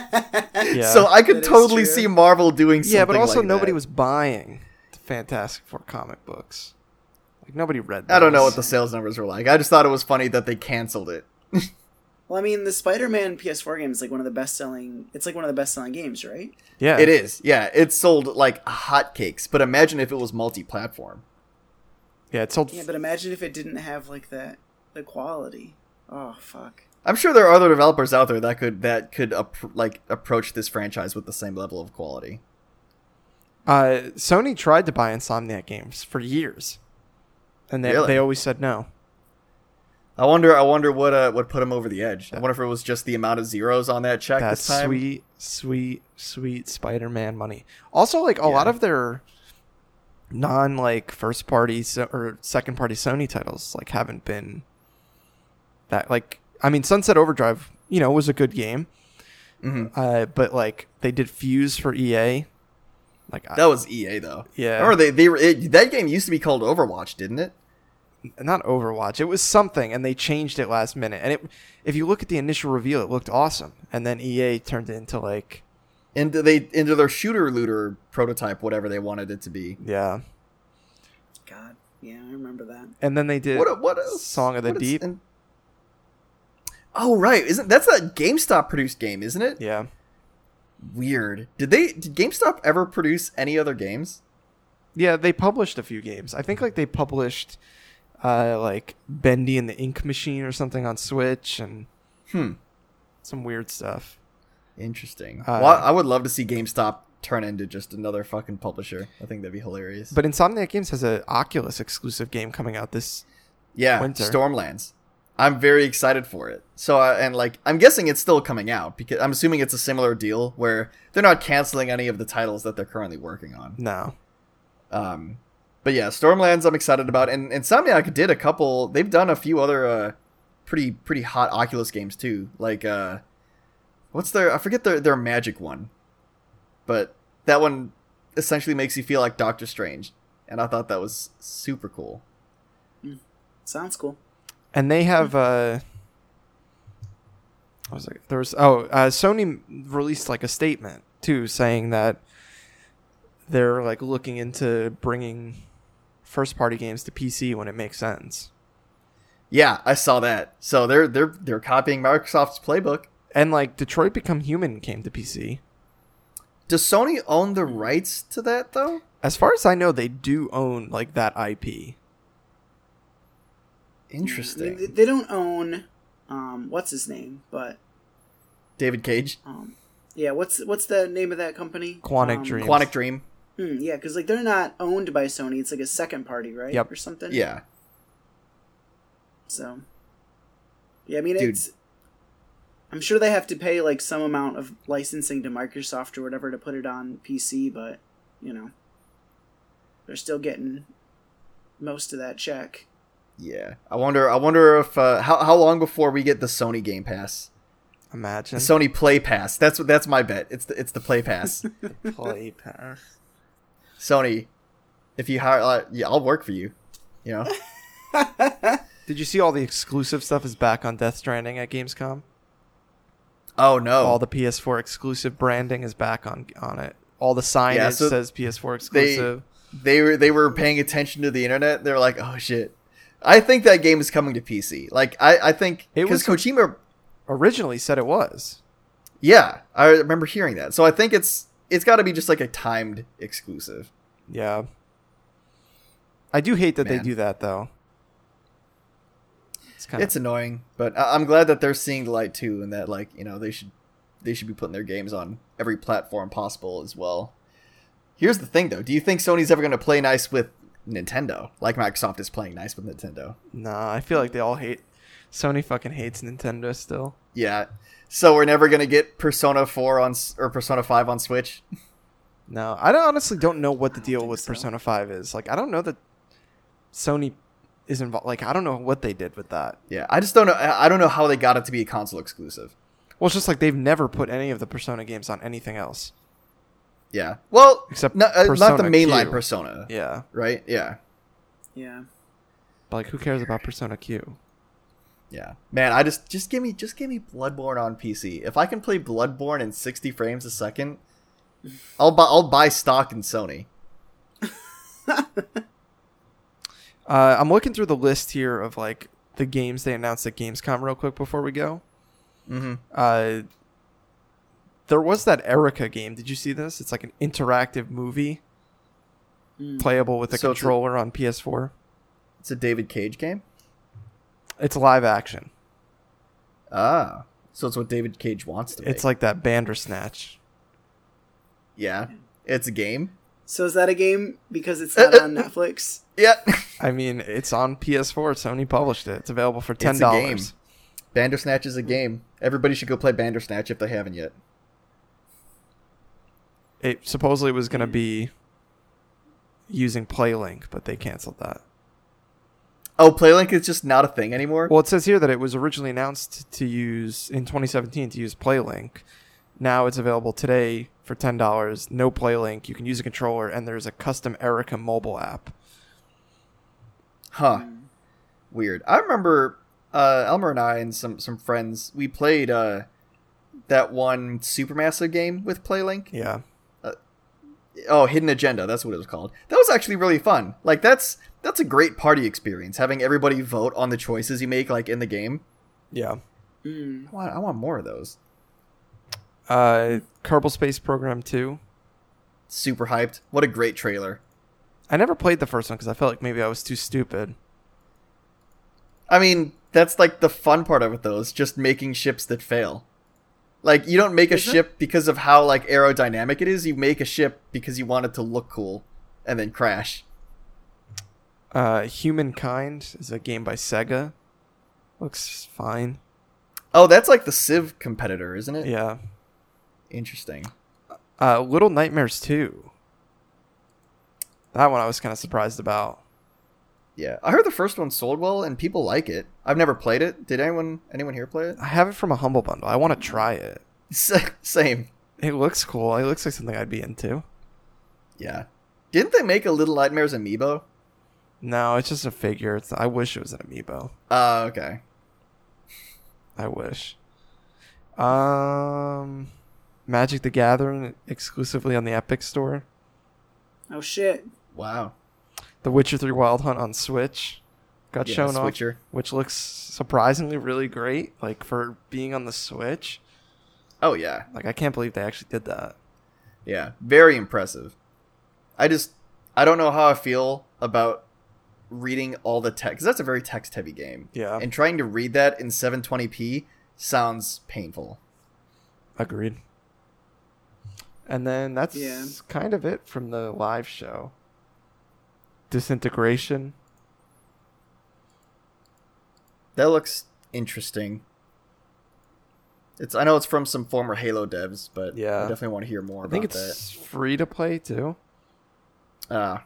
Speaker 1: Yeah.
Speaker 2: so I could
Speaker 3: That is
Speaker 2: totally
Speaker 3: true.
Speaker 2: see Marvel doing something.
Speaker 1: yeah, but also
Speaker 2: like
Speaker 1: nobody
Speaker 2: that.
Speaker 1: was buying the Fantastic Four comic books. Like nobody read.
Speaker 2: I don't know what the
Speaker 1: those.
Speaker 2: sales numbers were like. I just thought it was funny that they canceled it.
Speaker 3: Well, I mean, the Spider-Man PS4 game is like one of the best-selling. It's like one of the best-selling games, right?
Speaker 1: Yeah.
Speaker 2: It is, yeah. It sold like hotcakes. But imagine if it was multi-platform.
Speaker 1: Yeah, it sold.
Speaker 3: Yeah, but imagine if it didn't have like that the quality. Oh fuck.
Speaker 2: I'm sure there are other developers out there that could that could appr like approach this franchise with the same level of quality.
Speaker 1: uh, Sony tried to buy Insomniac Games for years, and they
Speaker 2: Really?
Speaker 1: they always said no.
Speaker 2: I wonder. I wonder what uh what put him over the edge. I wonder if it was just the amount of zeros on that check
Speaker 1: That's
Speaker 2: this time.
Speaker 1: sweet, sweet, sweet Spider-Man money. Also, like a lot
Speaker 2: Yeah.
Speaker 1: of their non like first party so- or second party Sony titles like haven't been that like I mean Sunset Overdrive, you know, was a good game,
Speaker 2: Mhm.
Speaker 1: uh, but like they did Fuse for EA, like I-
Speaker 2: That was EA though.
Speaker 1: Yeah.
Speaker 2: Remember they they were, it, that game used to be called Overwatch, didn't it?
Speaker 1: not Overwatch. It was something, and they changed it last minute. And it, if you look at the initial reveal, it looked awesome, and then EA turned it into like
Speaker 2: And they into their shooter looter prototype, whatever they wanted it to be.
Speaker 1: yeah.
Speaker 3: God. Yeah, I remember that.
Speaker 1: And then they did
Speaker 2: What what else?
Speaker 1: Song of the
Speaker 2: What is-
Speaker 1: Deep.
Speaker 2: and- oh right, isn't that's a GameStop produced game, isn't it?
Speaker 1: yeah.
Speaker 2: Weird. Did they did GameStop ever produce any other games?
Speaker 1: yeah, they published a few games. I think like they published uh, like Bendy and the Ink Machine or something on Switch and
Speaker 2: Hmm.
Speaker 1: some weird stuff.
Speaker 2: Interesting.
Speaker 1: Uh,
Speaker 2: well, I would love to see GameStop turn into just another fucking publisher. I think that'd be hilarious.
Speaker 1: But Insomniac Games has a Oculus exclusive game coming out this.
Speaker 2: yeah,
Speaker 1: Winter.
Speaker 2: Stormlands. I'm very excited for it. So I, and like I'm guessing it's still coming out because I'm assuming it's a similar deal where they're not canceling any of the titles that they're currently working on.
Speaker 1: No,
Speaker 2: Um, but yeah, Stormlands I'm excited about, and Insomniac did a couple. They've done a few other uh, pretty pretty hot Oculus games too. Like uh, what's their? I forget their their Magic one, but that one essentially makes you feel like Doctor Strange, and I thought that was super cool.
Speaker 3: Sounds cool.
Speaker 1: and they have. Uh, what was it? There was oh, uh, Sony released like a statement too saying that they're like looking into bringing first party games to PC when it makes sense.
Speaker 2: Yeah, I saw that. So they're they're they're copying Microsoft's playbook.
Speaker 1: And like Detroit Become Human came to PC.
Speaker 2: Does Sony own the rights to that though?
Speaker 1: As far as I know, they do own like that IP.
Speaker 3: Yeah, I mean,
Speaker 2: Interesting.
Speaker 3: they- they don't own um, what's his name, but
Speaker 2: David Cage,
Speaker 3: um, yeah, what's what's the name of that company?
Speaker 1: Quantic
Speaker 3: um,
Speaker 1: Dream.
Speaker 2: Quantic Dream.
Speaker 3: Hmm, yeah, because like they're not owned by Sony; it's like a second party, right?
Speaker 1: Yep.
Speaker 3: Or something.
Speaker 2: Yeah.
Speaker 3: So, yeah, I mean,
Speaker 2: Dude.
Speaker 3: it's. I'm sure they have to pay like some amount of licensing to Microsoft or whatever to put it on PC, but you know, they're still getting most of that check.
Speaker 2: Yeah, I wonder. I wonder if uh, how how long before we get the Sony Game Pass, the
Speaker 1: Imagine
Speaker 2: Sony Play Pass. That's what that's my bet. It's the it's the Play Pass.
Speaker 1: play pass.
Speaker 2: Sony, if you hire, uh, yeah, I'll work for you. You know,
Speaker 1: Did you see all the exclusive stuff is back on Death Stranding at Gamescom?
Speaker 2: oh no,
Speaker 1: All the PS4 exclusive branding is back on on it. All the signage
Speaker 2: Yeah, so
Speaker 1: says PS4
Speaker 2: they-
Speaker 1: exclusive.
Speaker 2: they were they were paying attention to the internet. They were like, oh shit, I think that game is coming to PC. Like I I think
Speaker 1: It
Speaker 2: because
Speaker 1: was-
Speaker 2: Kojima,
Speaker 1: Originally said it was.
Speaker 2: yeah, I remember hearing that. So I think it's it's got to be just like a timed exclusive.
Speaker 1: Yeah. I do hate that they
Speaker 2: Man.
Speaker 1: do that though. It's kind of
Speaker 2: It's annoying, but I- I'm glad that they're seeing the light too, and that like you know they should they should be putting their games on every platform possible as well. Here's the thing though: Do you think Sony's ever going to play nice with Nintendo, like Microsoft is playing nice with Nintendo?
Speaker 1: nah. I feel like they all hate. Sony fucking hates Nintendo still.
Speaker 2: Yeah. So we're never going to get Persona 4 on s- or Persona 5 on Switch.
Speaker 1: No, I don't, honestly don't know what the deal
Speaker 3: think
Speaker 1: with
Speaker 3: so.
Speaker 1: Persona Five is. Like, I don't know that Sony is involved. Like, I don't know what they did with that.
Speaker 2: Yeah, I just don't know. I I don't know how they got it to be a console exclusive.
Speaker 1: Well, it's just like they've never put any of the Persona games on anything else.
Speaker 2: Yeah. Well,
Speaker 1: Except
Speaker 2: except not, uh, not the
Speaker 1: Persona
Speaker 2: mainline
Speaker 1: Q.
Speaker 2: Persona,
Speaker 1: Yeah,
Speaker 2: right? Yeah.
Speaker 3: Yeah.
Speaker 1: but like, who cares about Persona Q?
Speaker 2: Yeah, man, I just just give me just give me Bloodborne on PC. If I can play Bloodborne in 60 frames a second, I'll buy I'll buy stock in Sony.
Speaker 1: Uh, I'm looking through the list here of like the games they announced at Gamescom real quick before we go.
Speaker 2: Mm-hmm.
Speaker 1: Uh, there was that Erica game. Did you see this? It's like an interactive movie
Speaker 3: Hmm.
Speaker 1: playable with a
Speaker 2: So it's a-
Speaker 1: controller on PS4.
Speaker 2: It's a David Cage game.
Speaker 1: It's live action.
Speaker 2: Ah, so it's what David Cage wants to make.
Speaker 1: It's like that Bandersnatch.
Speaker 2: yeah, it's a game.
Speaker 3: So is that a game because it's not on Netflix?
Speaker 2: Yeah,
Speaker 1: I mean, it's on PS4. Sony published it. It's available for ten
Speaker 2: It's a game.
Speaker 1: dollars.
Speaker 2: Bandersnatch is a game. Everybody should go play Bandersnatch if they haven't yet.
Speaker 1: It supposedly was going to be using PlayLink, but they canceled that.
Speaker 2: Oh, PlayLink is just not a thing anymore.
Speaker 1: Well, it says here that it was originally announced to use in 2017 to use PlayLink. Now it's available today for ten dollars. No PlayLink. You can use a controller, and there's a custom Erica mobile app.
Speaker 2: Huh. Weird. I remember uh, Elmer and I and some some friends we played uh, that one Supermassive game with PlayLink.
Speaker 1: Yeah,
Speaker 2: oh hidden agenda that's what it was called that was actually really fun like that's that's a great party experience having everybody vote on the choices you make like in the game
Speaker 1: yeah.
Speaker 3: Mm.
Speaker 2: i want, I want more of those
Speaker 1: Uh, Kerbal Space Program Two.
Speaker 2: super hyped what a great trailer
Speaker 1: I never played the first one because I felt like maybe I was too stupid.
Speaker 2: I mean, that's like the fun part of it though, is just making ships that fail. Like you don't make a
Speaker 3: Is it?
Speaker 2: ship because of how like aerodynamic it is, you make a ship because you want it to look cool and then crash.
Speaker 1: Uh, Humankind is a game by Sega. Looks fine.
Speaker 2: Oh, that's like the Civ competitor, isn't it?
Speaker 1: Yeah.
Speaker 2: Interesting.
Speaker 1: Uh, Little Nightmares 2. That one I was kind of surprised about.
Speaker 2: Yeah. I heard the first one sold well and people like it. I've never played it. Did anyone anyone here play it?
Speaker 1: I have it from a Humble Bundle. I want to try it.
Speaker 2: S- Same.
Speaker 1: It looks cool. It looks like something I'd be into.
Speaker 2: Yeah. Didn't they make a Little Nightmares amiibo?
Speaker 1: No, it's just a figure. It's, I wish it was an amiibo.
Speaker 2: Uh okay.
Speaker 1: I wish. Um, Magic the Gathering exclusively on the Epic Store.
Speaker 3: Oh shit.
Speaker 2: Wow.
Speaker 1: The Witcher 3 Wild Hunt on Switch got
Speaker 2: Yeah,
Speaker 1: shown
Speaker 2: Switcher.
Speaker 1: off, which looks surprisingly really great. Like for being on the Switch,
Speaker 2: Oh yeah.
Speaker 1: like I can't believe they actually did that.
Speaker 2: Yeah, very impressive. I just I don't know how I feel about reading all the text because that's a very text heavy game,
Speaker 1: Yeah,
Speaker 2: and trying to read that in 720p sounds painful.
Speaker 1: agreed. And then that's
Speaker 3: Yeah.
Speaker 1: kind of it from the live show. Disintegration.
Speaker 2: That looks interesting. It's I know it's from some former Halo devs, but
Speaker 1: Yeah.
Speaker 2: I definitely want to hear more
Speaker 1: I
Speaker 2: about
Speaker 1: think it's free to play too.
Speaker 2: that. Ah,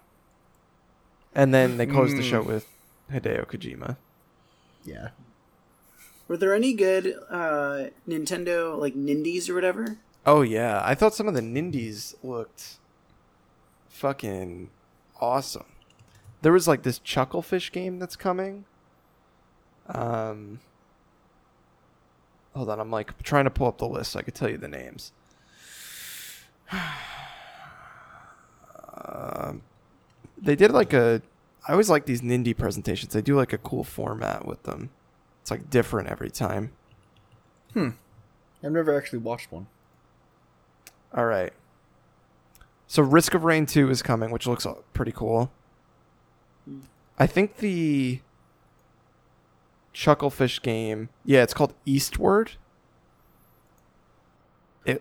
Speaker 1: And then they closed the
Speaker 2: Mm.
Speaker 1: show with Hideo Kojima.
Speaker 2: yeah.
Speaker 3: Were there any good uh, Nintendo like Nindies or whatever?
Speaker 1: Oh yeah, I thought some of the Nindies looked fucking awesome. There was like this Chucklefish game that's coming. Um, hold on, I'm like trying to pull up the list so I could tell you the names. Um, they did like a. I always like these Nindie presentations. They do like a cool format with them. It's like different every time.
Speaker 2: Hmm. I've never actually watched one.
Speaker 1: All right. So Risk of Rain 2 is coming, which looks pretty cool. I think the Chucklefish game, yeah, it's called Eastward.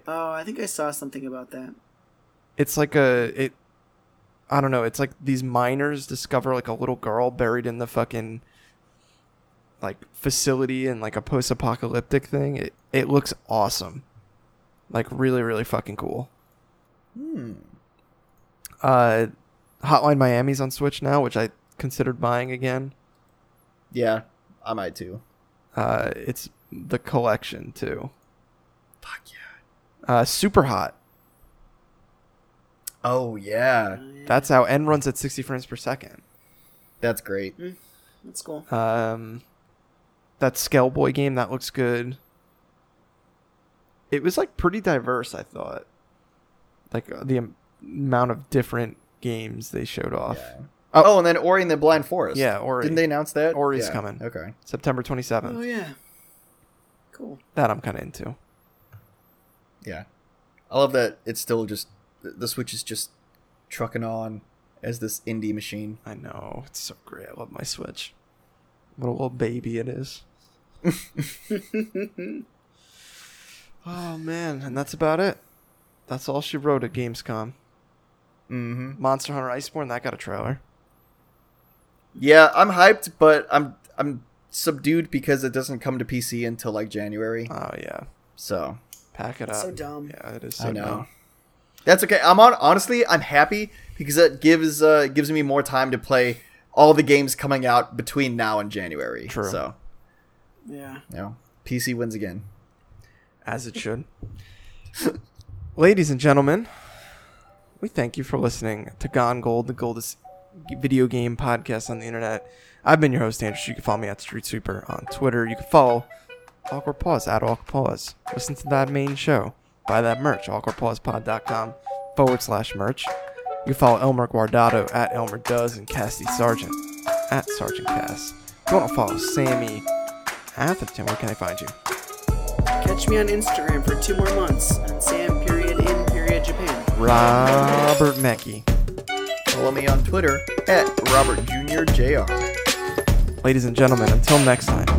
Speaker 3: Oh, I think I saw something about that.
Speaker 1: It's like a it I don't know, it's like these miners discover like a little girl buried in the fucking like facility and like a post-apocalyptic thing. It it looks awesome. Like really really fucking cool.
Speaker 2: Hmm.
Speaker 1: uh, Hotline Miami's on Switch now, which I considered buying again.
Speaker 2: Yeah, I might too.
Speaker 1: Uh, it's the collection too.
Speaker 2: Fuck yeah.
Speaker 1: Uh, Super Hot.
Speaker 2: Oh yeah,
Speaker 1: That's how N runs at 60 frames per second.
Speaker 2: that's great.
Speaker 3: That's cool.
Speaker 1: Um, that Scaleboy game that looks good. It was like pretty diverse, I thought. Like uh, the am- amount of different games they showed off.
Speaker 2: Yeah.
Speaker 1: Oh.
Speaker 2: Oh. and then Ori and the Blind Forest.
Speaker 1: Yeah, Ori.
Speaker 2: Didn't they announce that?
Speaker 1: Ori's
Speaker 2: Yeah,
Speaker 1: coming.
Speaker 2: Okay.
Speaker 1: September 27th.
Speaker 3: Oh yeah. Cool.
Speaker 1: That I'm kind of into.
Speaker 2: Yeah. I love that it's still just th- the Switch is just trucking on as this indie machine.
Speaker 1: I know. It's so great. I love my Switch. What a little baby it is. oh, man. And that's about it. That's all she wrote at Gamescom.
Speaker 2: Mm-hmm.
Speaker 1: Monster Hunter Iceborne, that got a trailer.
Speaker 2: Yeah, I'm hyped, but I'm I'm subdued because it doesn't come to PC until like January.
Speaker 1: Oh, yeah.
Speaker 2: So
Speaker 1: Pack it up.
Speaker 3: That's so dumb.
Speaker 1: Yeah, it is so
Speaker 2: I know.
Speaker 1: dumb.
Speaker 2: That's okay. I'm on honestly, I'm happy because that gives uh it gives me more time to play all the games coming out between now and January.
Speaker 1: True.
Speaker 2: So,
Speaker 3: Yeah.
Speaker 2: you know, PC wins again.
Speaker 1: As it should. Ladies and gentlemen, we thank you for listening to Gone Gold, the goldest video game podcast on the internet. I've been your host, Andrew. You can follow me at Street Sweeper on Twitter. You can follow Awkward Pause at Awkward Pause. Listen to that main show. Buy that merch, awkwardpausepod.com forward slash merch. You can follow Elmer Guardado at Elmer Does and Cassie Sargent at Sergeant Cass. If you want to follow Sammy Atherton, where can I find you?
Speaker 3: Catch me on Instagram for two more months on Sam period in period Japan.
Speaker 1: Robert Mackey.
Speaker 2: Follow me on Twitter at Robert Jr. JR.
Speaker 1: Ladies and gentlemen, until next time.